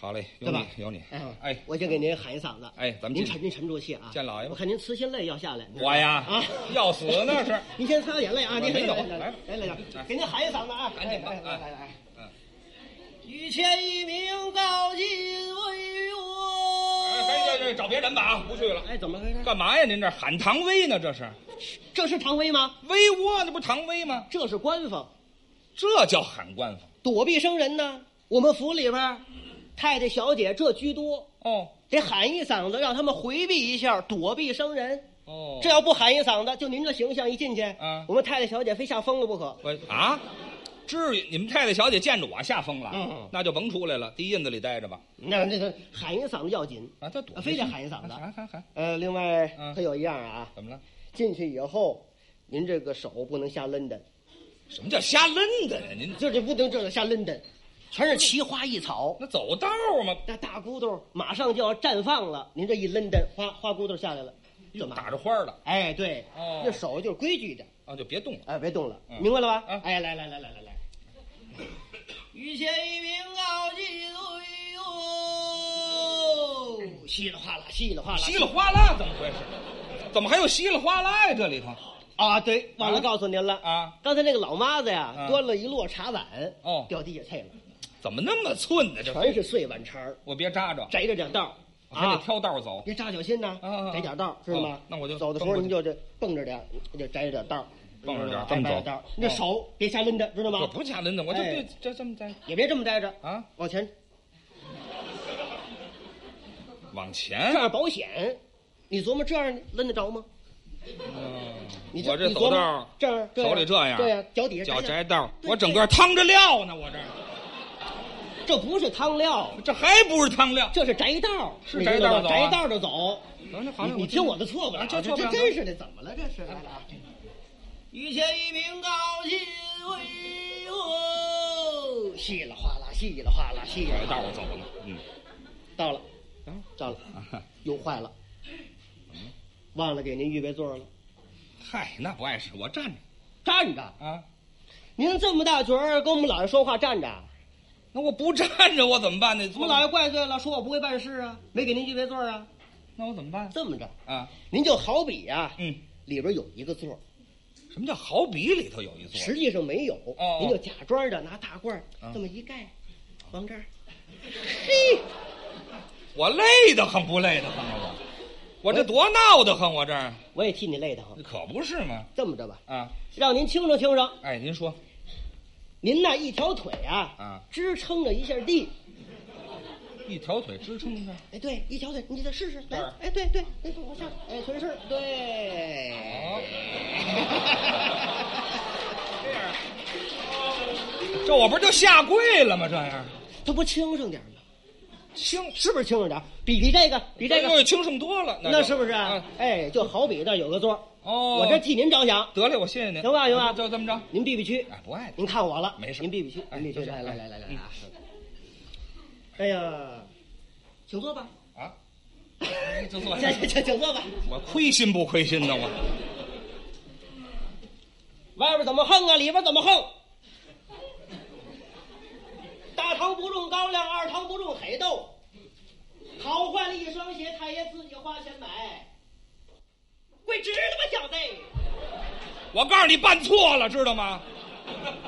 Speaker 1: 好嘞，有
Speaker 2: 对
Speaker 1: 你
Speaker 2: 吧，？
Speaker 1: 有你。
Speaker 2: 嗯
Speaker 1: 哎，
Speaker 2: 我先给您喊一嗓子，
Speaker 1: 哎咱们
Speaker 2: 您
Speaker 1: 进
Speaker 2: 沉您沉住气啊，
Speaker 1: 见老爷吧
Speaker 2: 我看您慈心泪要下来，
Speaker 1: 我呀，
Speaker 2: 啊，
Speaker 1: 要死那是。
Speaker 2: 您先擦擦眼泪啊，
Speaker 1: 我
Speaker 2: 您
Speaker 1: 没有
Speaker 2: 来
Speaker 1: 来吧
Speaker 2: 来
Speaker 1: 来
Speaker 2: 来来，给您喊一嗓子啊，
Speaker 1: 赶紧吧
Speaker 2: 来来
Speaker 1: 哎
Speaker 2: 来来。
Speaker 1: 嗯
Speaker 2: 于谦一名高进为
Speaker 1: 哎，
Speaker 2: 我。
Speaker 1: 这找别人吧啊，不去了。
Speaker 2: 哎，怎么回事？
Speaker 1: 干嘛呀？您这喊唐威呢？这是
Speaker 2: 这是常威吗？
Speaker 1: 威窝，那不是唐威吗？
Speaker 2: 这是官方，
Speaker 1: 这叫喊官方
Speaker 2: 躲避生人呢。我们府里边儿，太太、小姐这居多，
Speaker 1: 哦
Speaker 2: 得喊一嗓子，让他们回避一下，躲避生人。
Speaker 1: 哦
Speaker 2: 这要不喊一嗓子，就您这形象一进去，
Speaker 1: 啊
Speaker 2: 我们太太、小姐非吓疯了不可。
Speaker 1: 我啊，至于你们太太小姐见着我吓疯了，
Speaker 2: 嗯
Speaker 1: 那就甭出来了，地印子里待着吧。
Speaker 2: 那那个喊一嗓子要紧，
Speaker 1: 啊，他躲
Speaker 2: 啊
Speaker 1: 着，
Speaker 2: 非得喊一嗓
Speaker 1: 喊
Speaker 2: 子。
Speaker 1: 喊喊，
Speaker 2: 呃，另外
Speaker 1: 嗯
Speaker 2: 可有一样啊，
Speaker 1: 怎么了？
Speaker 2: 进去以后，您这个手不能瞎抡的，
Speaker 1: 什么叫瞎抡的呀？您
Speaker 2: 这这不能这瞎抡的，全是奇花异草。
Speaker 1: 那走道吗？
Speaker 2: 那大骨头马上就要绽放了，您这一抡的，花花骨头下来了，
Speaker 1: 又
Speaker 2: 干嘛？
Speaker 1: 打着花儿了
Speaker 2: 哎，对，
Speaker 1: 哦
Speaker 2: 这手就是规矩的，
Speaker 1: 啊，就别动了。
Speaker 2: 哎，别动了，
Speaker 1: 嗯
Speaker 2: 明白了吧？
Speaker 1: 嗯
Speaker 2: 哎，来来来来来来，于谦一名傲气对哟，稀里哗啦，稀里哗啦，
Speaker 1: 稀里哗啦，怎么回事？怎么还有稀里哗啦呀？这里头
Speaker 2: 啊！对，忘了
Speaker 1: 啊
Speaker 2: 告诉您了
Speaker 1: 啊！
Speaker 2: 刚才那个老妈子呀，
Speaker 1: 啊
Speaker 2: 端了一摞茶碗，
Speaker 1: 哦
Speaker 2: 掉地下碎了。
Speaker 1: 怎么那么寸呢？这
Speaker 2: 全是碎碗肠儿，
Speaker 1: 我别扎着，
Speaker 2: 窄着点道儿
Speaker 1: 我还得
Speaker 2: 哎啊，
Speaker 1: 挑道儿走。
Speaker 2: 别扎小心呐
Speaker 1: 啊啊啊，
Speaker 2: 窄点道儿知道
Speaker 1: 哦
Speaker 2: 吗？
Speaker 1: 那我就
Speaker 2: 走的时候您就这蹦着点儿，你就窄着点道儿，嗯
Speaker 1: 蹦着点儿
Speaker 2: 知道
Speaker 1: 这
Speaker 2: 吗
Speaker 1: 么
Speaker 2: 窄
Speaker 1: 走
Speaker 2: 道儿。你这手别瞎抡着，知道
Speaker 1: 我
Speaker 2: 吗？
Speaker 1: 不瞎抡的，我就
Speaker 2: 哎
Speaker 1: 对这这么在
Speaker 2: 也别这么待着，
Speaker 1: 啊，
Speaker 2: 往前，
Speaker 1: 往
Speaker 2: 这
Speaker 1: 前。
Speaker 2: 样保险。你琢磨这样抡得着吗？你
Speaker 1: 我这
Speaker 2: 你
Speaker 1: 走
Speaker 2: 琢磨
Speaker 1: 道儿
Speaker 2: 这样，
Speaker 1: 手里这样
Speaker 2: 对呀，脚底下
Speaker 1: 脚
Speaker 2: 摘
Speaker 1: 摘道儿，
Speaker 2: 对
Speaker 1: 我整个趟着料呢，我这儿
Speaker 2: 下，这不是汤料，
Speaker 1: 这还不是趟料。
Speaker 2: 这是窄道儿，
Speaker 1: 是
Speaker 2: 你知
Speaker 1: 窄道儿走
Speaker 2: 道吗
Speaker 1: 啊
Speaker 2: 窄道儿着走。
Speaker 1: 行了好
Speaker 2: 你
Speaker 1: 了，
Speaker 2: 你听我的错不了，
Speaker 1: 啊这错不了
Speaker 2: 真是的，怎么了这是？来了啊！
Speaker 4: 于谦一名高进为我。
Speaker 2: 稀里哗啦，稀里哗啦，稀里哗
Speaker 1: 拐道
Speaker 2: 啦。
Speaker 1: 儿走呢。嗯，
Speaker 2: 到了，
Speaker 1: 啊
Speaker 2: 到了，
Speaker 1: 啊
Speaker 2: 又坏了，忘了给您预备座了。
Speaker 1: 嗨，那不碍事，我站着
Speaker 2: 站着，
Speaker 1: 啊。
Speaker 2: 您这么大角儿跟我们老爷说话站着，
Speaker 1: 嗯那我不站着，我怎么办呢？
Speaker 2: 我们老爷怪罪了，说我不会办事啊，没给您预备座啊。
Speaker 1: 那我怎么办
Speaker 2: 这么着，
Speaker 1: 啊？
Speaker 2: 您就好比啊，
Speaker 1: 嗯，
Speaker 2: 里边有一个座，
Speaker 1: 什么叫好比里头有一座？
Speaker 2: 实际上没有，
Speaker 1: 哦
Speaker 2: 您就假装的拿大褂儿
Speaker 1: 嗯
Speaker 2: 这么一盖，往这儿，嘿，
Speaker 1: 我累得很，不累得很啊我，我这多闹得很，我这儿
Speaker 2: 我也替你累得慌。
Speaker 1: 可不是嘛
Speaker 2: 这么着吧，
Speaker 1: 啊！
Speaker 2: 让您轻省轻省，
Speaker 1: 哎，您说
Speaker 2: 您那一条腿啊，
Speaker 1: 啊
Speaker 2: 支撑着一下地。
Speaker 1: 一条腿支撑着，
Speaker 2: 哎，对，一条腿，你再试试，
Speaker 1: 这
Speaker 2: 来
Speaker 1: 儿，
Speaker 2: 哎，对对，哎，我上，哎，存事儿，对，
Speaker 1: 哦，这 样，这我不就下跪了吗？这样
Speaker 2: 它不轻省点儿吗？
Speaker 1: 轻，
Speaker 2: 是不是轻省点儿？比比这个，比这个，
Speaker 1: 又轻松多了，
Speaker 2: 那是不是啊？
Speaker 1: 啊？
Speaker 2: 哎，就好比那儿有个座儿，
Speaker 1: 哦，
Speaker 2: 我这替您着想，
Speaker 1: 得嘞，我谢谢您，
Speaker 2: 行吧行吧
Speaker 1: 就这么着。
Speaker 2: 您避避屈，
Speaker 1: 哎，不爱
Speaker 2: 您看我了，
Speaker 1: 没事
Speaker 2: 您避避屈，
Speaker 1: 哎
Speaker 2: 您避
Speaker 1: 就
Speaker 2: 避
Speaker 1: 这
Speaker 2: 屈，
Speaker 1: 样
Speaker 2: 来来
Speaker 1: 哎
Speaker 2: 来来来啊！哎呀，
Speaker 1: 嗯
Speaker 2: 请坐吧，
Speaker 1: 啊，哎就坐下
Speaker 2: 请。请请坐吧。
Speaker 1: 我亏心不亏心呢？我
Speaker 2: 外边怎么横啊，里边怎么横。大堂不种高粱，二堂不种黑豆，好坏了一双鞋，太爷自己花钱买，贵值他妈小子！
Speaker 1: 我告诉你，办错了，知道吗？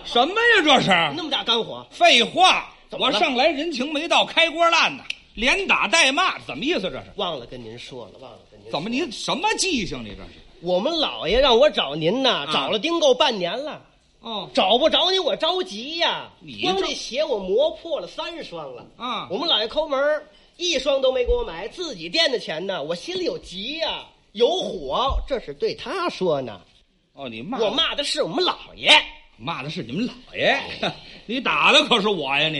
Speaker 1: 什么呀，这是？
Speaker 2: 那么大干火，
Speaker 1: 废话！
Speaker 2: 怎么
Speaker 1: 我
Speaker 2: 了
Speaker 1: 上来人情没到，开锅烂呐，连打带骂，怎么意思？这是
Speaker 2: 忘了跟您说了，忘了跟您说
Speaker 1: 怎么？你什么记性？你这是？
Speaker 2: 我们老爷让我找您呐，
Speaker 1: 啊
Speaker 2: 找了丁够半年了，
Speaker 1: 哦，
Speaker 2: 找不着你我着急呀。
Speaker 1: 你
Speaker 2: 光
Speaker 1: 这
Speaker 2: 这鞋我磨破了三双了
Speaker 1: 啊
Speaker 2: 我们老爷抠门儿一双都没给我买，自己垫的钱呢，我心里有急呀，有火，这是对他说呢。
Speaker 1: 哦，你骂
Speaker 2: 我骂的是我们老爷，
Speaker 1: 骂的是你们老爷，
Speaker 2: 哦
Speaker 1: 你打的可是我呀你！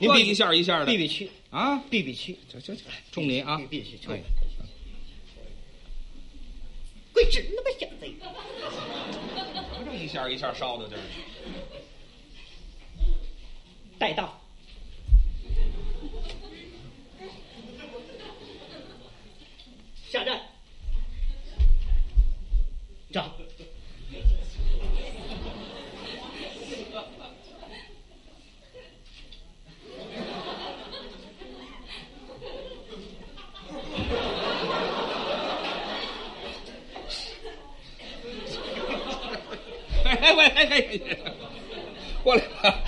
Speaker 2: 您
Speaker 1: 这
Speaker 2: 必
Speaker 1: 一下一下的
Speaker 2: 避避屈，
Speaker 1: 啊！
Speaker 2: 避避屈，
Speaker 1: 就就就冲你啊！
Speaker 2: 必须冲
Speaker 1: 哎
Speaker 2: 贵值那么小贼。
Speaker 1: 不这一下一下烧的，就是
Speaker 2: 带到。下站。站。
Speaker 1: 哎哎喂哎哎哎， 过来 吧！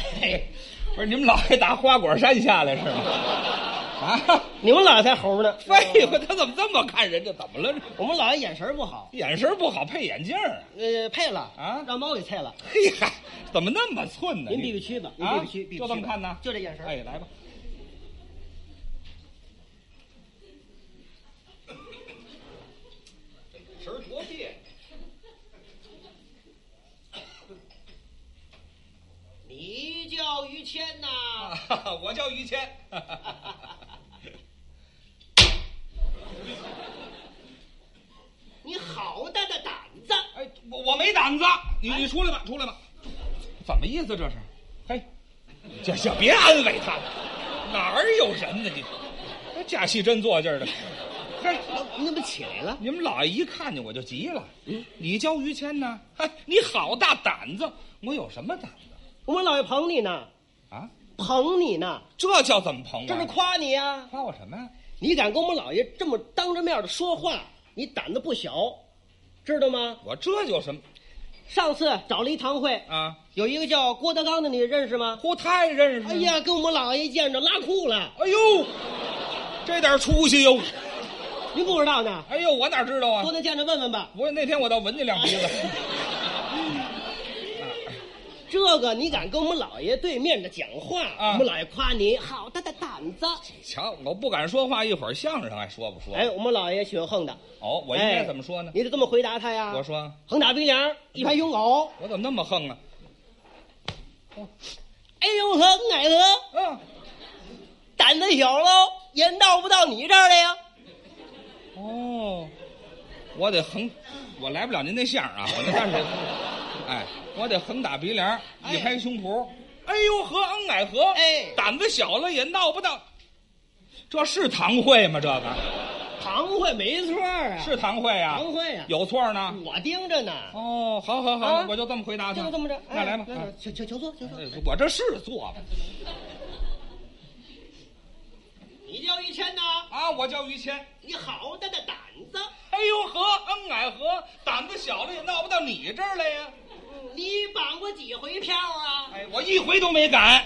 Speaker 1: 不是你们老爷打花果山下来是吗？啊！
Speaker 2: 你们老爷才猴呢，
Speaker 1: 废话，他怎么这么看人？这怎么了？这
Speaker 2: 我们老爷眼神不好，
Speaker 1: 眼神不好，配眼镜儿啊！
Speaker 2: 呃，配了
Speaker 1: 啊
Speaker 2: 让猫给配了。
Speaker 1: 嘿嗨，怎么那么寸呢？
Speaker 2: 您避避屈吧，您避
Speaker 1: 啊
Speaker 2: 避屈，避避屈
Speaker 1: 就这么看呢？
Speaker 2: 就这眼神。
Speaker 1: 哎，来吧。这眼神多别
Speaker 2: 你叫于谦呐
Speaker 1: 啊！ 我叫于谦。
Speaker 2: 你好大的胆子！
Speaker 1: 哎，我我没胆子，你你出来吧，出来吧。怎么意思这是？嘿，这行别安慰他了，哪儿有人呢你？这假戏真做劲儿的。嘿，
Speaker 2: 你怎么起来了？
Speaker 1: 你们老爷一看见我就急了。你教于谦呢？嗨，你好大胆子！我有什么胆子
Speaker 2: 我们老爷捧你呢，
Speaker 1: 啊？
Speaker 2: 捧你呢，
Speaker 1: 这叫怎么捧我？啊
Speaker 2: 这是夸你呀、
Speaker 1: 夸我什么呀？
Speaker 2: 你敢跟我们老爷这么当着面的说话，你胆子不小，知道吗？
Speaker 1: 我这有什么
Speaker 2: 上次找了一堂会，
Speaker 1: 啊？
Speaker 2: 有一个叫郭德纲的，你认识吗？
Speaker 1: 嚯，太认识了！
Speaker 2: 哎，呀，跟我们老爷见着拉裤了，
Speaker 1: 哎呦，这点出息哟！
Speaker 2: 您不知道呢？
Speaker 1: 哎呦，我哪知道啊
Speaker 2: 多？能见着问问吧。
Speaker 1: 不是那天我倒闻见两鼻子。
Speaker 2: 这个你敢跟我们老爷对面的讲话，
Speaker 1: 啊
Speaker 2: 我们老爷夸你好大的胆子。
Speaker 1: 瞧，我不敢说话，一会儿相声还说不说？
Speaker 2: 哎，我们老爷喜欢横的，
Speaker 1: 哦，我应该怎么说呢
Speaker 2: 哎？你得这么回答他呀。
Speaker 1: 我说
Speaker 2: 横打鼻梁，一拍胸口，
Speaker 1: 我怎么那么横啊？
Speaker 2: 哎呦呵，奶呵。
Speaker 1: 啊，
Speaker 2: 胆子小喽，人到不到你这儿来呀？
Speaker 1: 哦，我得横，我来不了您那相啊，我那但是， 哎，我得横打鼻梁，一拍胸脯，哎呦呵，恩矮和，
Speaker 2: 哎
Speaker 1: 胆子小了也闹不到。这是堂会吗？这个
Speaker 2: 堂会没错啊，
Speaker 1: 是堂会啊？
Speaker 2: 堂会啊
Speaker 1: 有错呢？
Speaker 2: 我盯着呢，
Speaker 1: 哦，好好好，
Speaker 2: 啊
Speaker 1: 我就这么回答他。
Speaker 2: 就这么着。哎
Speaker 1: 那来吧。
Speaker 2: 那
Speaker 1: 啊
Speaker 2: 那请请请坐，请坐。
Speaker 1: 哎我这是做吧
Speaker 2: 你叫于谦呐，
Speaker 1: 啊，我叫于谦。
Speaker 2: 你好大的胆子，
Speaker 1: 哎呦呵，恩矮和，胆子小了也闹不到你这儿来呀！
Speaker 2: 你绑过几回票啊？
Speaker 1: 哎，我一回都没敢。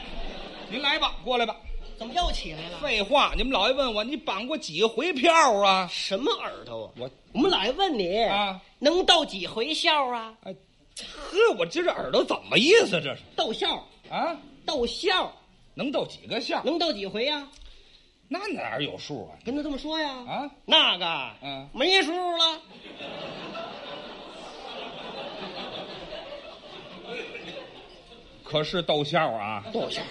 Speaker 1: 您来吧，过来吧。
Speaker 2: 怎么又起来了？
Speaker 1: 废话，你们老爷问我，你绑过几回票啊？
Speaker 2: 什么耳朵啊？
Speaker 1: 我，
Speaker 2: 我们老爷问你
Speaker 1: 啊，
Speaker 2: 能逗几回笑啊？
Speaker 1: 哎，呵，我今儿这耳朵怎么意思？这是
Speaker 2: 逗笑，
Speaker 1: 啊，
Speaker 2: 逗笑，
Speaker 1: 能逗几个笑？
Speaker 2: 能逗几回呀？
Speaker 1: 那哪儿有数啊？
Speaker 2: 跟他这么说呀？
Speaker 1: 啊，
Speaker 2: 那个，
Speaker 1: 嗯
Speaker 2: 没数了。
Speaker 1: 可是逗笑啊，
Speaker 2: 逗笑，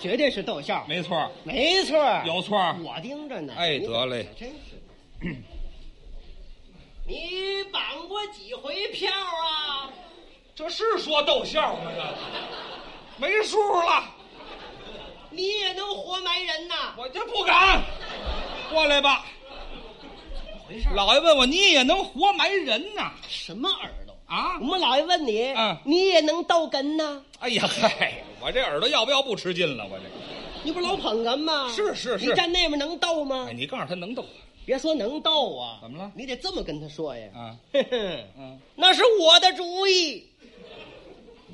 Speaker 2: 绝对是逗笑。
Speaker 1: 没错儿，
Speaker 2: 没错，
Speaker 1: 有错儿。
Speaker 2: 我盯着呢。
Speaker 1: 哎得嘞
Speaker 2: 真是。 你绑过几回票啊？
Speaker 1: 这是说逗笑吗？这没数了，
Speaker 2: 你也能活埋人呐？
Speaker 1: 我这不敢。过来吧，
Speaker 2: 回事
Speaker 1: 老爷问我，你也能活埋人呐？
Speaker 2: 什么耳朵？
Speaker 1: 啊
Speaker 2: 我！们老爷问你，
Speaker 1: 嗯
Speaker 2: 你也能逗哏呐？
Speaker 1: 哎呀嗨，我这耳朵要不要不吃劲了？我这，
Speaker 2: 你不老捧哏吗？
Speaker 1: 是是是
Speaker 2: 你站那边能逗吗
Speaker 1: 哎，？你告诉他能逗
Speaker 2: 别说能逗啊，
Speaker 1: 怎么了
Speaker 2: 你得这么跟他说呀。
Speaker 1: 啊？
Speaker 2: 嘿嘿，
Speaker 1: 嗯，
Speaker 2: 那是我的主意，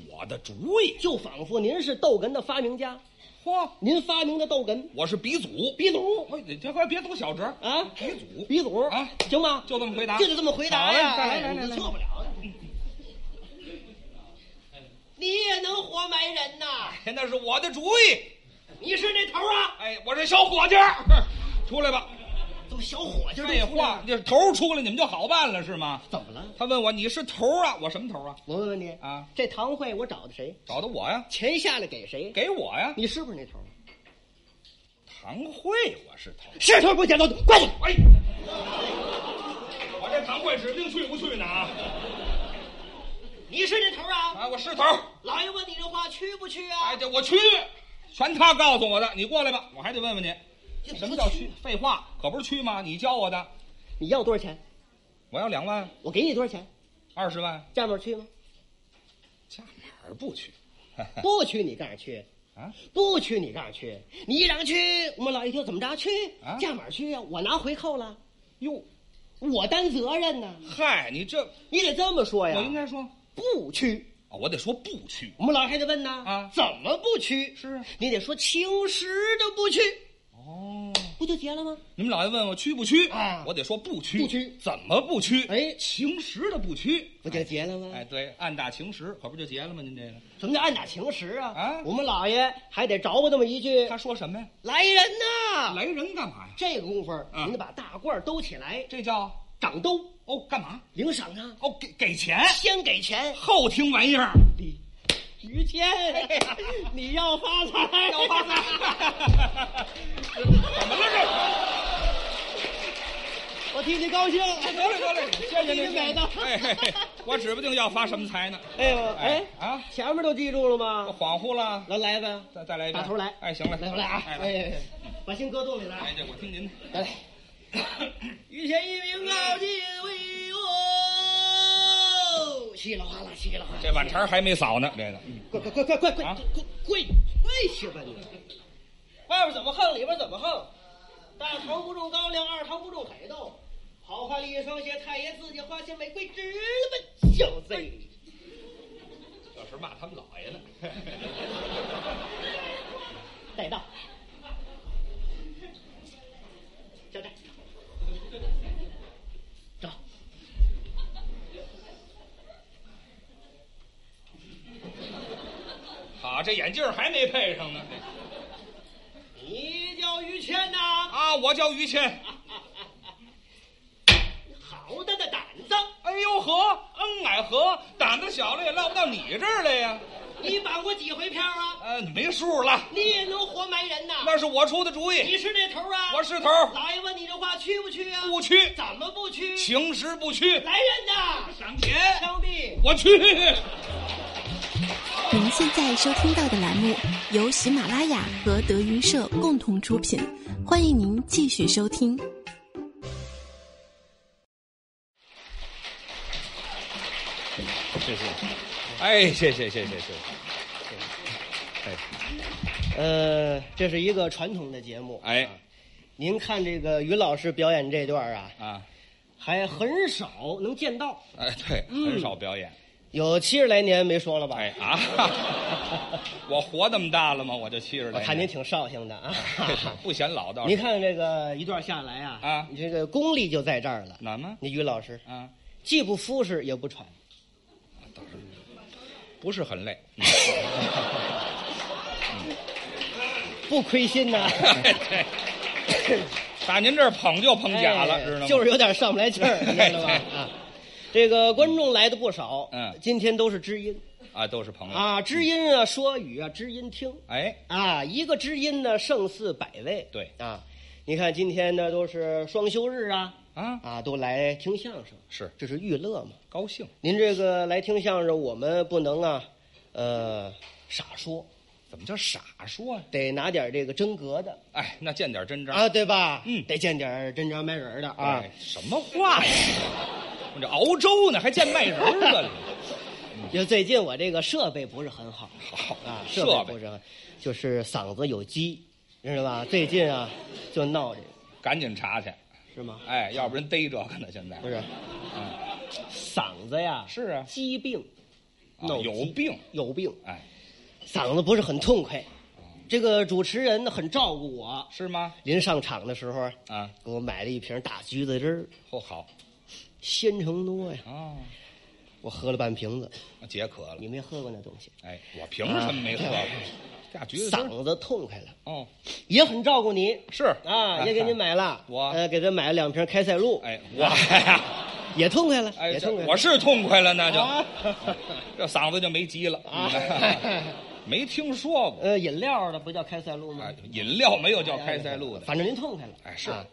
Speaker 1: 我的主意，
Speaker 2: 就仿佛您是逗哏的发明家，
Speaker 1: 嚯，
Speaker 2: 您发明的逗哏，
Speaker 1: 我是鼻祖，
Speaker 2: 鼻祖
Speaker 1: 喂，你这快别走小折
Speaker 2: 啊
Speaker 1: 鼻祖，
Speaker 2: 鼻祖
Speaker 1: 啊
Speaker 2: 行吗？
Speaker 1: 就这么回答，
Speaker 2: 就得这么回答呀，
Speaker 1: 好嘞再来来
Speaker 2: 哎
Speaker 1: 来
Speaker 2: 你
Speaker 1: 来
Speaker 2: 错不了的。你也能活埋人呐？
Speaker 1: 哎那是我的主意。
Speaker 2: 你是那头啊？
Speaker 1: 哎，我这小伙计，出来吧。
Speaker 2: 怎么小伙计儿都
Speaker 1: 废
Speaker 2: 出来
Speaker 1: 话
Speaker 2: 了，
Speaker 1: 这头出来你们就好办了是吗？
Speaker 2: 怎么了？
Speaker 1: 他问我你是头啊，我什么头啊？
Speaker 2: 我问问你
Speaker 1: 啊，
Speaker 2: 这堂会我找的谁？
Speaker 1: 找的我呀，
Speaker 2: 钱下来给谁？
Speaker 1: 给我呀。
Speaker 2: 你是不是那头？啊
Speaker 1: 堂会我是头，
Speaker 2: 是头不捡到，快去！
Speaker 1: 哎，我这堂会指定去不去呢啊？
Speaker 2: 你是那头啊？
Speaker 1: 啊，我是头，
Speaker 2: 老爷问你这话去不去啊
Speaker 1: 哎，这我去，全他告诉我的。你过来吧，我还得问问你，什么叫去？废话，可不是去吗？你教我的，
Speaker 2: 你要多少钱？
Speaker 1: 我要两万，
Speaker 2: 我给你多少钱？
Speaker 1: 二十万，
Speaker 2: 家门去吗？
Speaker 1: 家哪儿不去？
Speaker 2: 不去，你告诉去。
Speaker 1: 啊，
Speaker 2: 不去，你告诉去。你一嚷去，我们老一听怎么着去
Speaker 1: 啊？
Speaker 2: 价码去呀、我拿回扣了，
Speaker 1: 哟，
Speaker 2: 我担责任呐。
Speaker 1: 嗨，你这
Speaker 2: 你得这么说哎呀。
Speaker 1: 我应该说，
Speaker 2: 不去。
Speaker 1: 啊我得说不去。
Speaker 2: 我们老还得问呢
Speaker 1: 啊
Speaker 2: 怎么不去？
Speaker 1: 是啊
Speaker 2: 你得说平时的不去，
Speaker 1: 哦，
Speaker 2: 不就结了吗？
Speaker 1: 你们老爷问我屈不屈
Speaker 2: 啊
Speaker 1: 我得说不屈。
Speaker 2: 不屈
Speaker 1: 怎么不屈？
Speaker 2: 哎
Speaker 1: 情实的不屈。
Speaker 2: 不就结了吗？
Speaker 1: 哎，对，暗打情实，可不就结了吗？您这个，
Speaker 2: 什么叫按打情实啊？
Speaker 1: 啊
Speaker 2: 我们老爷还得着吧那么一句
Speaker 1: 他说什么呀？
Speaker 2: “来人呐”，
Speaker 1: 来人干嘛呀？
Speaker 2: 这个功夫儿，
Speaker 1: 啊
Speaker 2: 您得把大褂儿兜起来，
Speaker 1: 这叫
Speaker 2: 掌兜，
Speaker 1: 哦，干嘛？
Speaker 2: 领赏啊，
Speaker 1: 哦，给给钱，
Speaker 2: 先给钱。
Speaker 1: 后听玩意儿，
Speaker 2: 李于谦，你要发财，
Speaker 1: 哎要发。财。怎么了
Speaker 2: 我替你高兴，
Speaker 1: 这？得嘞得嘞，谢谢
Speaker 2: 替
Speaker 1: 您
Speaker 2: 你买
Speaker 1: 谢谢
Speaker 2: 单。
Speaker 1: 哎嘿嘿，我指不定要发什么财呢。
Speaker 2: 哎呦，哎
Speaker 1: 哎啊
Speaker 2: 前面都记住了
Speaker 1: 我
Speaker 2: 吗？
Speaker 1: 恍惚了，
Speaker 2: 来来吧，
Speaker 1: 再再来一遍
Speaker 2: 打头来。
Speaker 1: 哎，行了，
Speaker 2: 来头来啊！
Speaker 1: 哎，来
Speaker 2: 哎，把心搁肚里了啊。
Speaker 1: 哎，这我听您的。
Speaker 2: 来来，
Speaker 4: 御前一名高进为我，
Speaker 2: 哦稀里哗啦，稀里哗啦。
Speaker 1: 这碗肠儿还没扫呢，这个。
Speaker 2: 快快快快快快
Speaker 1: 啊
Speaker 2: 跪跪跪去吧你！外边怎么横，里边怎么横？大头不中高粱，二头不中海豆。好汉立一双鞋，太爷自己花钱买，跪直了吧小贼！
Speaker 1: 这是骂他们老爷呢。
Speaker 2: 带到，交代，走。
Speaker 1: 好，这眼镜儿还没配上呢。
Speaker 2: 你叫于谦呐，
Speaker 1: 啊，我叫于谦。
Speaker 2: 好大的胆子！
Speaker 1: 哎呦呵，恩矮和，胆子小了也落不到你这儿来呀。
Speaker 2: 你绑过几回票啊？
Speaker 1: 呃，没数了，
Speaker 2: 你也能活埋人呐？
Speaker 1: 那是我出的主意。
Speaker 2: 你是那头啊？
Speaker 1: 我是头，
Speaker 2: 老爷问你这话去不去啊？
Speaker 1: 不屈，
Speaker 2: 怎么不去？
Speaker 1: 情实不屈。
Speaker 2: 来人呐，
Speaker 1: 上前，
Speaker 2: 枪毙！
Speaker 1: 我去。
Speaker 3: 您现在收听到的栏目由喜马拉雅和德云社共同出品，欢迎您继续收听。
Speaker 1: 谢谢。哎，谢谢谢谢谢谢。哎
Speaker 2: 呃，这是一个传统的节目。
Speaker 1: 哎
Speaker 2: 啊，您看这个于老师表演这段啊，
Speaker 1: 啊，
Speaker 2: 还很少能见到，
Speaker 1: 哎对，很少表演。
Speaker 2: 有七十来年没说了吧？
Speaker 1: 哎啊， 我活那么大了吗？我就七十
Speaker 2: 我
Speaker 1: 来。
Speaker 2: 看您挺绍兴的啊。
Speaker 1: 不显老倒是。
Speaker 2: 您看这个一段下来啊，
Speaker 1: 哎啊
Speaker 2: 你这个功力就在这儿了。
Speaker 1: 难吗？
Speaker 2: 你于老师
Speaker 1: 啊，
Speaker 2: 既不敷衍也不喘，
Speaker 1: 不是很累。嗯
Speaker 2: 不亏心 呐、
Speaker 1: 对，打您这儿捧就捧假了，
Speaker 2: 哎
Speaker 1: 知道吗？
Speaker 2: 就是有点上不来气儿，你知道吧
Speaker 1: 哎？
Speaker 2: 啊，这个观众来的不少，
Speaker 1: 嗯
Speaker 2: 今天都是知音
Speaker 1: 啊，都是朋友。
Speaker 2: 啊，知音啊，说语啊，知音听
Speaker 1: 哎，
Speaker 2: 啊，一个知音呢胜似百位，
Speaker 1: 对
Speaker 2: 啊，你看今天呢都是双休日啊，
Speaker 1: 啊，
Speaker 2: 啊，都来听相声，
Speaker 1: 是
Speaker 2: 这是娱乐嘛。
Speaker 1: 高兴
Speaker 2: 您这个来听相声，我们不能啊，呃，傻说，
Speaker 1: 怎么叫傻说呀、
Speaker 2: 得拿点这个真格的
Speaker 1: 哎，那见点真章
Speaker 2: 啊，对吧？
Speaker 1: 嗯哎
Speaker 2: 得见点真章买人的啊。
Speaker 1: 哎什么话呀？我这熬粥呢，还见卖人儿呢。嗯
Speaker 2: 就最近我这个设备不是很好，
Speaker 1: 好
Speaker 2: 啊，
Speaker 1: 设
Speaker 2: 备不是很，就是嗓子有积，知道吧？最近啊，就闹这个，
Speaker 1: 赶紧查去，
Speaker 2: 是吗？
Speaker 1: 哎，要不然逮这个呢。现在
Speaker 2: 不是，嗓子
Speaker 1: 啊
Speaker 2: 呀，
Speaker 1: 是啊，
Speaker 2: 疾病，
Speaker 1: 啊
Speaker 2: 闹
Speaker 1: 有
Speaker 2: 疾
Speaker 1: 病，
Speaker 2: 有病，
Speaker 1: 哎，
Speaker 2: 嗓子不是很痛快。
Speaker 1: 哦
Speaker 2: 这个主持人呢很照顾我，
Speaker 1: 是吗？
Speaker 2: 临上场的时候
Speaker 1: 啊，
Speaker 2: 给我买了一瓶大橘子汁儿，
Speaker 1: 嚯、好
Speaker 2: 鲜橙诺呀，
Speaker 1: 啊，
Speaker 2: 我喝了半瓶子，
Speaker 1: 解渴了
Speaker 2: 你。没喝过那东西，
Speaker 1: 哎，我凭什么没喝过？大橘子汁儿
Speaker 2: 嗓子痛快啊了，
Speaker 1: 哦，
Speaker 2: 也很照顾你
Speaker 1: 是
Speaker 2: 啊，也给你。买了，
Speaker 1: 哎我
Speaker 2: 呃给他买了两瓶开塞露，
Speaker 1: 哎，我呀，
Speaker 2: 也痛快了，
Speaker 1: 哎，
Speaker 2: 也
Speaker 1: 这
Speaker 2: 痛快了，
Speaker 1: 我是痛快了，那就
Speaker 2: 啊
Speaker 1: 这嗓子就没急了嗯
Speaker 2: 啊。
Speaker 1: 没听说过，
Speaker 2: 呃饮料的不叫开塞露吗
Speaker 1: 哎？饮料没有叫开塞露的。
Speaker 2: 反正您痛快了，
Speaker 1: 哎是哎
Speaker 2: 啊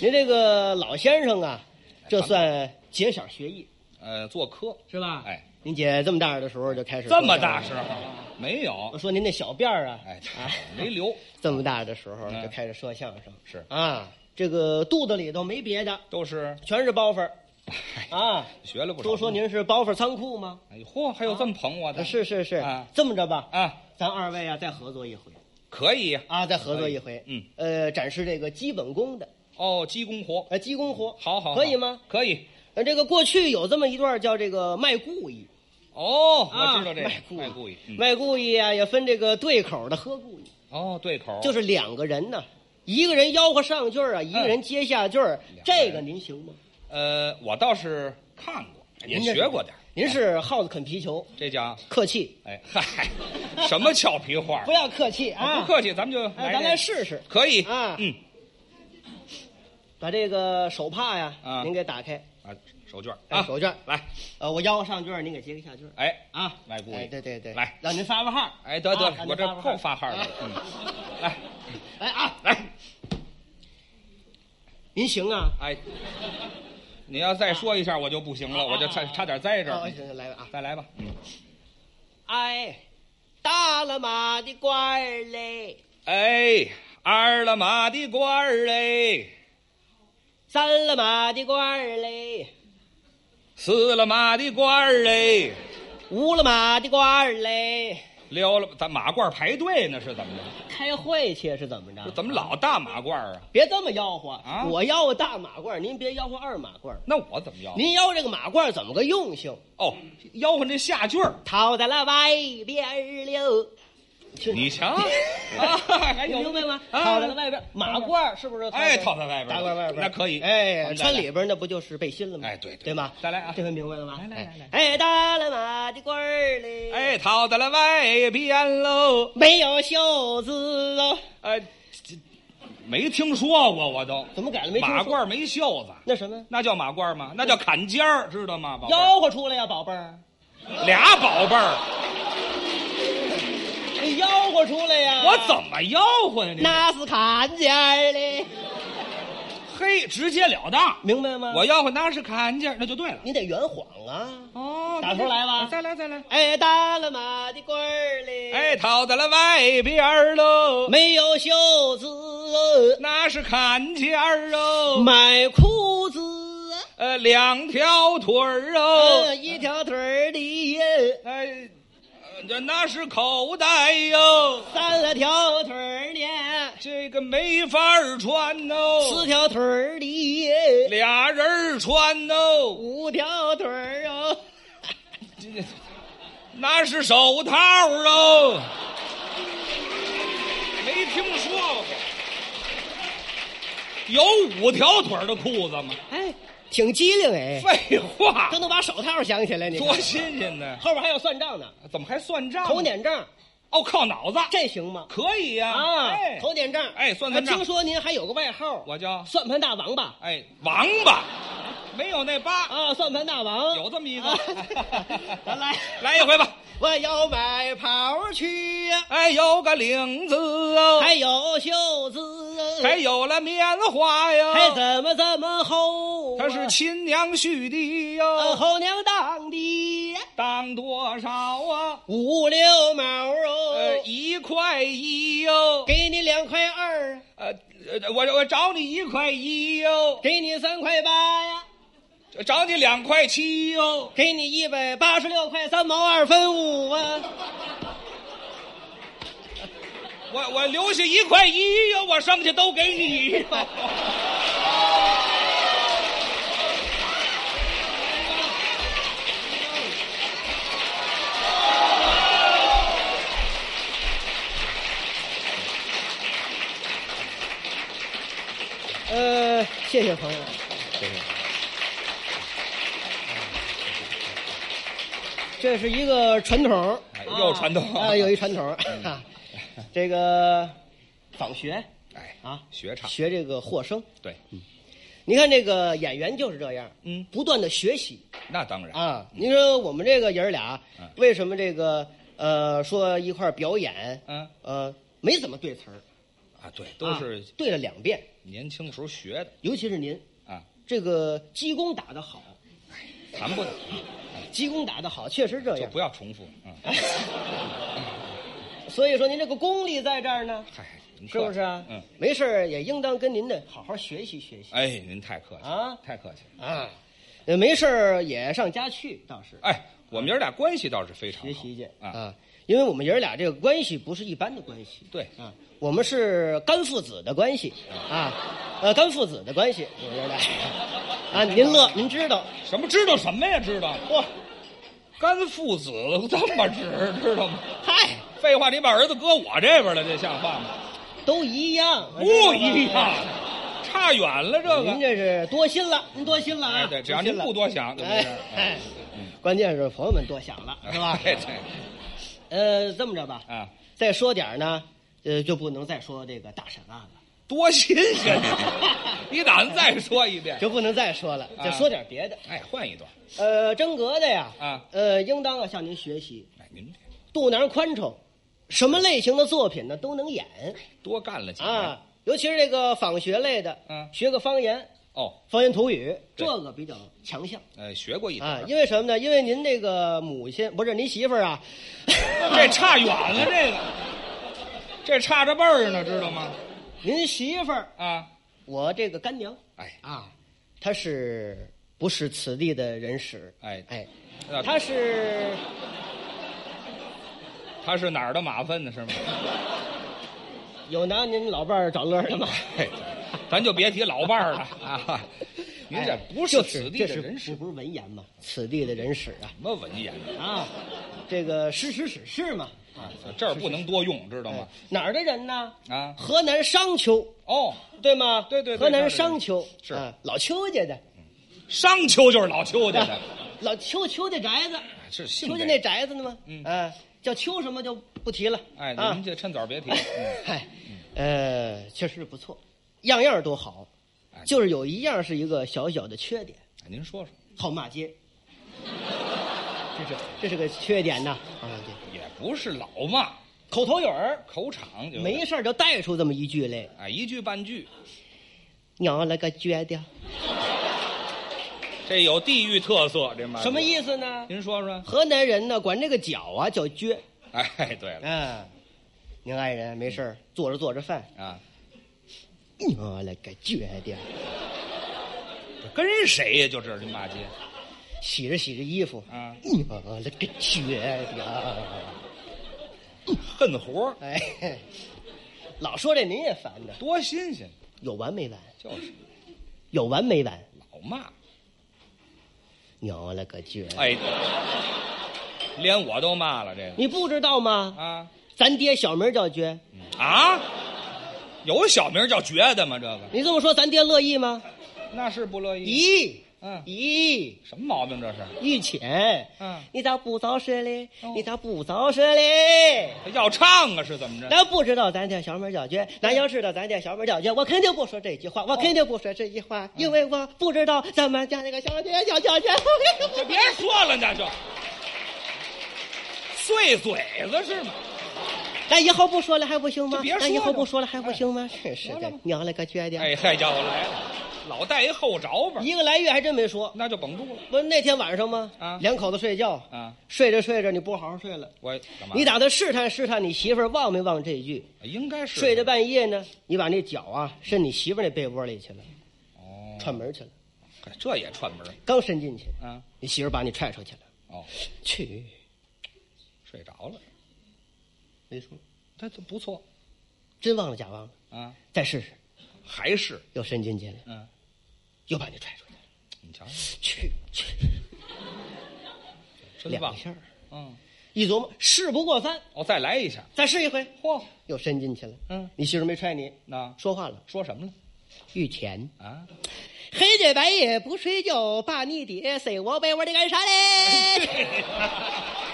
Speaker 2: 您这个老先生啊，这算解小学艺
Speaker 1: 呃，做科
Speaker 2: 是吧？
Speaker 1: 哎，
Speaker 2: 您姐这么大的时候就开始
Speaker 1: 这么大
Speaker 2: 说
Speaker 1: 时
Speaker 2: 相声啊了
Speaker 1: 候没有
Speaker 2: 我，说您那小辫儿啊，
Speaker 1: 哎
Speaker 2: 啊，，
Speaker 1: 没留，
Speaker 2: 这么大的时候
Speaker 1: 嗯
Speaker 2: 就开始说相声，
Speaker 1: 是
Speaker 2: 啊，这个肚子里头没别的，
Speaker 1: 都是
Speaker 2: 全是包袱儿啊。
Speaker 1: 哎学了不少。
Speaker 2: 都说，您是包袱仓库吗？
Speaker 1: 哎嚯，还有这么捧我的，
Speaker 2: 是是是
Speaker 1: 啊，
Speaker 2: 这么着吧，
Speaker 1: 啊，
Speaker 2: 咱二位啊再合作一回
Speaker 1: 可以呀。
Speaker 2: 啊，再合作一回，
Speaker 1: 嗯，
Speaker 2: 呃，展示这个基本功的，
Speaker 1: 哦，鸡公活，
Speaker 2: 呃，基功活，
Speaker 1: 好好，好
Speaker 2: 可以吗？？
Speaker 1: 可以。
Speaker 2: 呃，这个过去有这么一段叫这个卖故意，
Speaker 1: 哦，
Speaker 2: 啊
Speaker 1: 我知道这个
Speaker 2: 卖故意
Speaker 1: 卖故意，嗯
Speaker 2: 卖故意啊也分这个对口的喝故意，
Speaker 1: 哦，对口，
Speaker 2: 就是两个人呢，一个人吆喝上句儿啊，一个人接下句儿，
Speaker 1: 人
Speaker 2: 这个您行吗？
Speaker 1: 呃，我倒是看过，也哎学过点儿。
Speaker 2: 哎您是耗子啃皮球，
Speaker 1: 这家，
Speaker 2: 客气，
Speaker 1: 哎嗨，什么俏皮话儿
Speaker 2: 不？要客气 啊，
Speaker 1: 哎不客气，咱们就
Speaker 2: 哎，
Speaker 1: 来
Speaker 2: 咱
Speaker 1: 这
Speaker 2: 来试试，
Speaker 1: 可以
Speaker 2: 啊
Speaker 1: 嗯
Speaker 2: 把这个手帕呀，
Speaker 1: 啊
Speaker 2: 您给打开，
Speaker 1: 啊，手绢儿
Speaker 2: 哎
Speaker 1: 啊，
Speaker 2: 手绢儿
Speaker 1: 来，
Speaker 2: 呃，我吆喝上句儿，您给接个下句儿
Speaker 1: 哎，
Speaker 2: 啊，
Speaker 1: 卖故意
Speaker 2: 哎，对对对，
Speaker 1: 来
Speaker 2: 让您发发号，
Speaker 1: 哎，得
Speaker 2: 啊
Speaker 1: 得，我这够，
Speaker 2: 让您
Speaker 1: 发号
Speaker 2: 发
Speaker 1: 的
Speaker 2: 号，
Speaker 1: 嗯，来
Speaker 2: 发哎啊，
Speaker 1: 来，
Speaker 2: 您行啊，
Speaker 1: 哎，你要再说一下我就不行
Speaker 2: 啊
Speaker 1: 了，我就差差点栽这
Speaker 2: 哦
Speaker 1: 儿，
Speaker 2: 行行来吧啊。
Speaker 1: 再来吧，嗯
Speaker 2: 哎，大了妈的官儿嘞，
Speaker 1: 哎，二了妈的官儿嘞，
Speaker 2: 三了妈的官儿嘞，
Speaker 1: 四了妈的官儿嘞，
Speaker 2: 五了妈的官儿嘞。
Speaker 1: 溜了，咱马褂排队呢是怎么着？
Speaker 2: 开会去是怎么着？
Speaker 1: 怎么老大马褂啊？
Speaker 2: 别这么吆喝
Speaker 1: 啊
Speaker 2: 我吆喝大马褂儿，您别吆喝二马褂儿。
Speaker 1: 那我怎么吆？
Speaker 2: 您吆喝这个马褂儿怎么个用性？
Speaker 1: 哦，吆喝这下句儿，
Speaker 2: 套在了外边儿溜。
Speaker 1: 你 瞧，啊，还
Speaker 2: 你
Speaker 1: 有
Speaker 2: 明白吗？
Speaker 1: 啊
Speaker 2: 套在了外边儿，马褂儿是不是？
Speaker 1: 哎套在外边儿
Speaker 2: 套在外边儿，
Speaker 1: 那可以咱
Speaker 2: 哎，
Speaker 1: 们再
Speaker 2: 穿
Speaker 1: 来
Speaker 2: 里边儿那不就是背心了吗？
Speaker 1: 哎对对
Speaker 2: 对吗？
Speaker 1: 再来啊
Speaker 2: 这回明白了吧？
Speaker 1: 来来
Speaker 2: 哎
Speaker 1: 来
Speaker 2: 哎，大了马的官儿嘞，
Speaker 1: 哎，，逃到了外边喽，
Speaker 2: 没有袖子哦，
Speaker 1: 哎，这没听说过，我都
Speaker 2: 怎么改了？没听说
Speaker 1: 马褂没袖子，
Speaker 2: 那什么？
Speaker 1: 那叫马褂吗？那叫坎肩儿，知道吗？宝贝儿
Speaker 2: 吆喝出来呀，宝贝儿！
Speaker 1: 俩宝贝儿，
Speaker 2: 你哎吆喝出来呀！
Speaker 1: 我怎么吆喝呀？你
Speaker 2: 那是看家儿嘞，
Speaker 1: 嘿，直截了当，
Speaker 2: 明白吗？
Speaker 1: 我吆喝那是坎肩儿，那就对了。
Speaker 2: 你得圆谎啊！
Speaker 1: 哦，
Speaker 2: 打头来吧
Speaker 1: 再来再来。
Speaker 2: 哎，大了马的官儿嘞，
Speaker 1: 哎，，逃到了外边儿喽，
Speaker 2: 没有袖子哦。
Speaker 1: 那是坎肩儿哦，
Speaker 2: 买裤子啊，
Speaker 1: 呃，两条腿儿
Speaker 2: 呃
Speaker 1: 哦，
Speaker 2: 一条腿儿的，
Speaker 1: 哎，这那是口袋哟，
Speaker 2: 三条腿儿的，
Speaker 1: 这个没法儿穿哦
Speaker 2: 四，条腿儿的，
Speaker 1: 俩人儿穿哦，
Speaker 2: 五条腿儿哦，
Speaker 1: 这这那是手套儿哦，没听说过，有五条腿儿的裤子吗？
Speaker 2: 哎，挺机灵哎，
Speaker 1: 废话
Speaker 2: 都，能把手套想起来，你 看
Speaker 1: 多新鲜呢！
Speaker 2: 后边还有算账呢，
Speaker 1: 怎么还算账呢？
Speaker 2: 头点账，
Speaker 1: 哦，靠脑子，
Speaker 2: 这行吗？
Speaker 1: 可以呀、
Speaker 2: 啊
Speaker 1: 哎，，
Speaker 2: 头点账，啊
Speaker 1: 哎算算账
Speaker 2: 听说您还有个外号，
Speaker 1: 我叫
Speaker 2: 算盘大王吧？
Speaker 1: 哎王八，没有那八，
Speaker 2: 啊，算盘大王
Speaker 1: 有这么一个
Speaker 2: 啊 咱来，
Speaker 1: 来一回吧。
Speaker 2: 我要买袍儿去呀。
Speaker 1: 哎，有个领子哦，
Speaker 2: 还有袖子，
Speaker 1: 还有了棉花哟，
Speaker 2: 还怎么这么厚、啊？
Speaker 1: 他是亲娘婿的
Speaker 2: 呃
Speaker 1: 哟，
Speaker 2: 后娘当的
Speaker 1: 当多少啊？
Speaker 2: 五六毛哦，
Speaker 1: 呃，一块一哟，
Speaker 2: 给你两块二，
Speaker 1: 呃，呃我我找你一块一哟，
Speaker 2: 给你三块八呀，
Speaker 1: 找你两块七哟、
Speaker 2: 给你一百八十六块三毛二分五啊！
Speaker 1: 我我留下一块一哟、我剩下都给你哟、
Speaker 2: 哎呃，谢谢朋友。这是一个传统，
Speaker 1: 哎又传统
Speaker 2: 啊、有一传统儿、啊，这个访学
Speaker 1: 哎，
Speaker 2: 啊，
Speaker 1: 学唱
Speaker 2: 学这个获生。
Speaker 1: 对，
Speaker 2: 你看这个演员就是这样，
Speaker 1: 嗯
Speaker 2: 不断的学习
Speaker 1: 那当然
Speaker 2: 啊。您说我们这个爷儿俩
Speaker 1: 嗯，
Speaker 2: 为什么这个呃说一块儿表演，
Speaker 1: 嗯
Speaker 2: 呃没怎么对词儿，
Speaker 1: 啊，对，都
Speaker 2: 啊
Speaker 1: 是
Speaker 2: 对了两遍，
Speaker 1: 年轻时候学的
Speaker 2: 尤其是您
Speaker 1: 啊，
Speaker 2: 这个鸡公打得好，
Speaker 1: 谈不得，
Speaker 2: 鸡公打得好，确实这
Speaker 1: 就
Speaker 2: 样
Speaker 1: 不。要重复啊。嗯
Speaker 2: 所以说您这个功力在这儿呢，
Speaker 1: 嗨，您
Speaker 2: 是
Speaker 1: 客
Speaker 2: 不
Speaker 1: 气
Speaker 2: 是啊？
Speaker 1: 嗯，
Speaker 2: 没事儿也应当跟您呢好好学习学习
Speaker 1: 哎，您太客气了
Speaker 2: 啊
Speaker 1: 太客气了。
Speaker 2: 啊。呃没事儿也上家去，倒是
Speaker 1: 哎，我们爷儿俩关系倒是非常好
Speaker 2: 啊学习去
Speaker 1: 啊。
Speaker 2: 啊，因为我们爷儿俩这个关系不是一般的关系，
Speaker 1: 对
Speaker 2: 啊，我们是干父子的关系啊，呃，干父子的关系，我们爷儿俩 啊，您乐，您知道，
Speaker 1: 什么知道什么呀？知道
Speaker 2: 嚯，
Speaker 1: 干父子这么直，知 道吗？
Speaker 2: 嗨，
Speaker 1: 废话，你把儿子搁我这边了，这像话吗？
Speaker 2: 都一样，
Speaker 1: 不一样，差远了这个。
Speaker 2: 您这是多心了，您多心了啊！
Speaker 1: 哎对只要您
Speaker 2: 心了
Speaker 1: 不嗯多想就没事儿
Speaker 2: 哎哎，关键是朋友们多想了，是吧？
Speaker 1: 哎对
Speaker 2: 呃，这么着吧，
Speaker 1: 啊，
Speaker 2: 再说点儿呢，呃，就不能再说这个大审案了，
Speaker 1: 多新 鲜！你打算再说一遍？
Speaker 2: 就不能再说了，
Speaker 1: 啊
Speaker 2: 就说点别的。
Speaker 1: 哎，换一段。
Speaker 2: 呃，真格的呀，
Speaker 1: 啊
Speaker 2: 呃，应当啊向您学习，
Speaker 1: 哎，您这
Speaker 2: 肚腩宽敞，什么类型的作品呢都能演
Speaker 1: 多干了几年
Speaker 2: 啊，尤其是这个访学类的，
Speaker 1: 哎嗯
Speaker 2: 学个方言，
Speaker 1: 哦，
Speaker 2: 方言土语，这
Speaker 1: 对
Speaker 2: 个比较强项。
Speaker 1: 呃，学过一点
Speaker 2: 啊，
Speaker 1: 儿。
Speaker 2: 因为什么呢？因为您这个母亲不是您媳妇儿啊，
Speaker 1: 这差远了，这个，这差着辈儿呢，知道吗？
Speaker 2: 您媳妇儿，
Speaker 1: 啊，
Speaker 2: 我这个干娘
Speaker 1: 哎，
Speaker 2: 啊，她是不是此地的人使？
Speaker 1: 哎
Speaker 2: 哎，
Speaker 1: 那
Speaker 2: 她是
Speaker 1: 他是哪儿的马粪呢？是吗？
Speaker 2: 有拿您老伴儿找乐儿的吗？
Speaker 1: 嘿，咱就别提老伴儿 了啊！您这不
Speaker 2: 哎就是
Speaker 1: 此地的
Speaker 2: 这
Speaker 1: 人
Speaker 2: 是
Speaker 1: 士，
Speaker 2: 不是文言吗？此地的人使啊
Speaker 1: 什么文言？
Speaker 2: 啊，这个诗史史是嘛啊，
Speaker 1: 这儿不能多用，知道
Speaker 2: 哎
Speaker 1: 吗？
Speaker 2: 哪儿的人呢？
Speaker 1: 啊，
Speaker 2: 河南商丘
Speaker 1: 哦，
Speaker 2: 对吗？
Speaker 1: 对对对
Speaker 2: 河南
Speaker 1: 是是
Speaker 2: 商丘
Speaker 1: 是
Speaker 2: 啊老邱家的，
Speaker 1: 商丘就是老邱家的
Speaker 2: 啊，老邱邱家宅子。
Speaker 1: 啊是
Speaker 2: 邱
Speaker 1: 姓
Speaker 2: 家那
Speaker 1: 这。
Speaker 2: 宅子呢吗？
Speaker 1: 嗯
Speaker 2: 啊，叫邱什么就不提了。
Speaker 1: 哎，
Speaker 2: 啊
Speaker 1: 您，就趁早别 提。嗯
Speaker 2: 嗨，呃，确实是不错，样样都好
Speaker 1: 哎，
Speaker 2: 就是有一样是一个小小的缺点，
Speaker 1: 您说说，
Speaker 2: 好骂街。这是这是个缺点呐，啊，对，
Speaker 1: 也不是老骂，
Speaker 2: 口头语儿，
Speaker 1: 口场就
Speaker 2: 没事儿就带出这么一句来，
Speaker 1: 哎，一句半句，
Speaker 2: 娘了个撅的，
Speaker 1: 这有地域特色，这嘛
Speaker 2: 什么意思呢？
Speaker 1: 您说说。
Speaker 2: 河南人呢，管这个脚啊叫撅，
Speaker 1: 哎，对了
Speaker 2: 啊，您爱人没事儿做着做着饭，
Speaker 1: 啊，
Speaker 2: 娘了个撅的，
Speaker 1: 跟谁呀？就这这骂街
Speaker 2: 洗着洗着衣服，
Speaker 1: 啊，
Speaker 2: 我了个撅呀！
Speaker 1: 恨活儿
Speaker 2: 哎，老说这您也烦的，
Speaker 1: 多新鲜，
Speaker 2: 有完没完？
Speaker 1: 就是
Speaker 2: 有完没完？
Speaker 1: 老骂。
Speaker 2: 我了个撅！
Speaker 1: 哎，连我都骂了这个
Speaker 2: 你不知道吗？
Speaker 1: 啊
Speaker 2: 咱爹小名叫撅，
Speaker 1: 啊，有小名叫觉得吗？这个
Speaker 2: 你这么说，咱爹乐意吗？
Speaker 1: 那是不乐意。
Speaker 2: 咦，
Speaker 1: 嗯
Speaker 2: 咦，
Speaker 1: 什么毛病这是？
Speaker 2: 玉钱，
Speaker 1: 嗯
Speaker 2: 你咋不早说嘞
Speaker 1: 哦？
Speaker 2: 你咋不早说嘞？
Speaker 1: 要唱啊是怎么着？
Speaker 2: 咱不知道咱家小名叫娟，咱要知道咱家小名叫娟，我肯定不说这句
Speaker 1: 哦
Speaker 2: 话，我肯定不说这句
Speaker 1: 嗯
Speaker 2: 话，因为我不知道咱们家那个小姐叫娟娟。
Speaker 1: 就别说了，那就碎嘴子是吗？
Speaker 2: 咱以后不说了还不行吗
Speaker 1: 就哎别？说
Speaker 2: 咱以后
Speaker 1: 了
Speaker 2: 不说了还不行吗？真是
Speaker 1: 说
Speaker 2: 的
Speaker 1: 了吧，
Speaker 2: 娘了个撅的！
Speaker 1: 哎，嗨，叫我来了，老带一后着吧，
Speaker 2: 一个来月还真没说。
Speaker 1: 那就绷住了
Speaker 2: 不是那天晚上吗？
Speaker 1: 啊
Speaker 2: 两口子睡觉，
Speaker 1: 啊！
Speaker 2: 睡着睡着你不好好睡了，
Speaker 1: 我干嘛？
Speaker 2: 你打算试探试探你媳妇儿忘没忘这句？
Speaker 1: 应该是
Speaker 2: 睡到半夜呢，你把那脚啊伸你媳妇儿那被窝里去了，
Speaker 1: 哦，
Speaker 2: 串门去了。
Speaker 1: 这也串门儿
Speaker 2: 刚伸进去，
Speaker 1: 啊？
Speaker 2: 你媳妇儿把你踹出去了。
Speaker 1: 哦，
Speaker 2: 去，
Speaker 1: 睡着了，
Speaker 2: 没错，
Speaker 1: 这这不错
Speaker 2: 真忘了假忘了，
Speaker 1: 啊，
Speaker 2: 再试试，
Speaker 1: 还是
Speaker 2: 又伸进去了，
Speaker 1: 嗯，
Speaker 2: 又把你踹出去了。
Speaker 1: 你瞧，
Speaker 2: 去去，
Speaker 1: 真
Speaker 2: 两
Speaker 1: 棒，
Speaker 2: 下儿，
Speaker 1: 嗯，
Speaker 2: 一琢磨事不过三，
Speaker 1: 哦，再来一下，
Speaker 2: 再试一回，
Speaker 1: 嚯，
Speaker 2: 又伸进去了。
Speaker 1: 嗯，
Speaker 2: 你媳妇儿没踹你，
Speaker 1: 那
Speaker 2: 说话了，
Speaker 1: 说什么了
Speaker 2: 玉田。
Speaker 1: 啊？
Speaker 2: 黑天白夜不睡觉，把你爹塞我被窝里干啥嘞？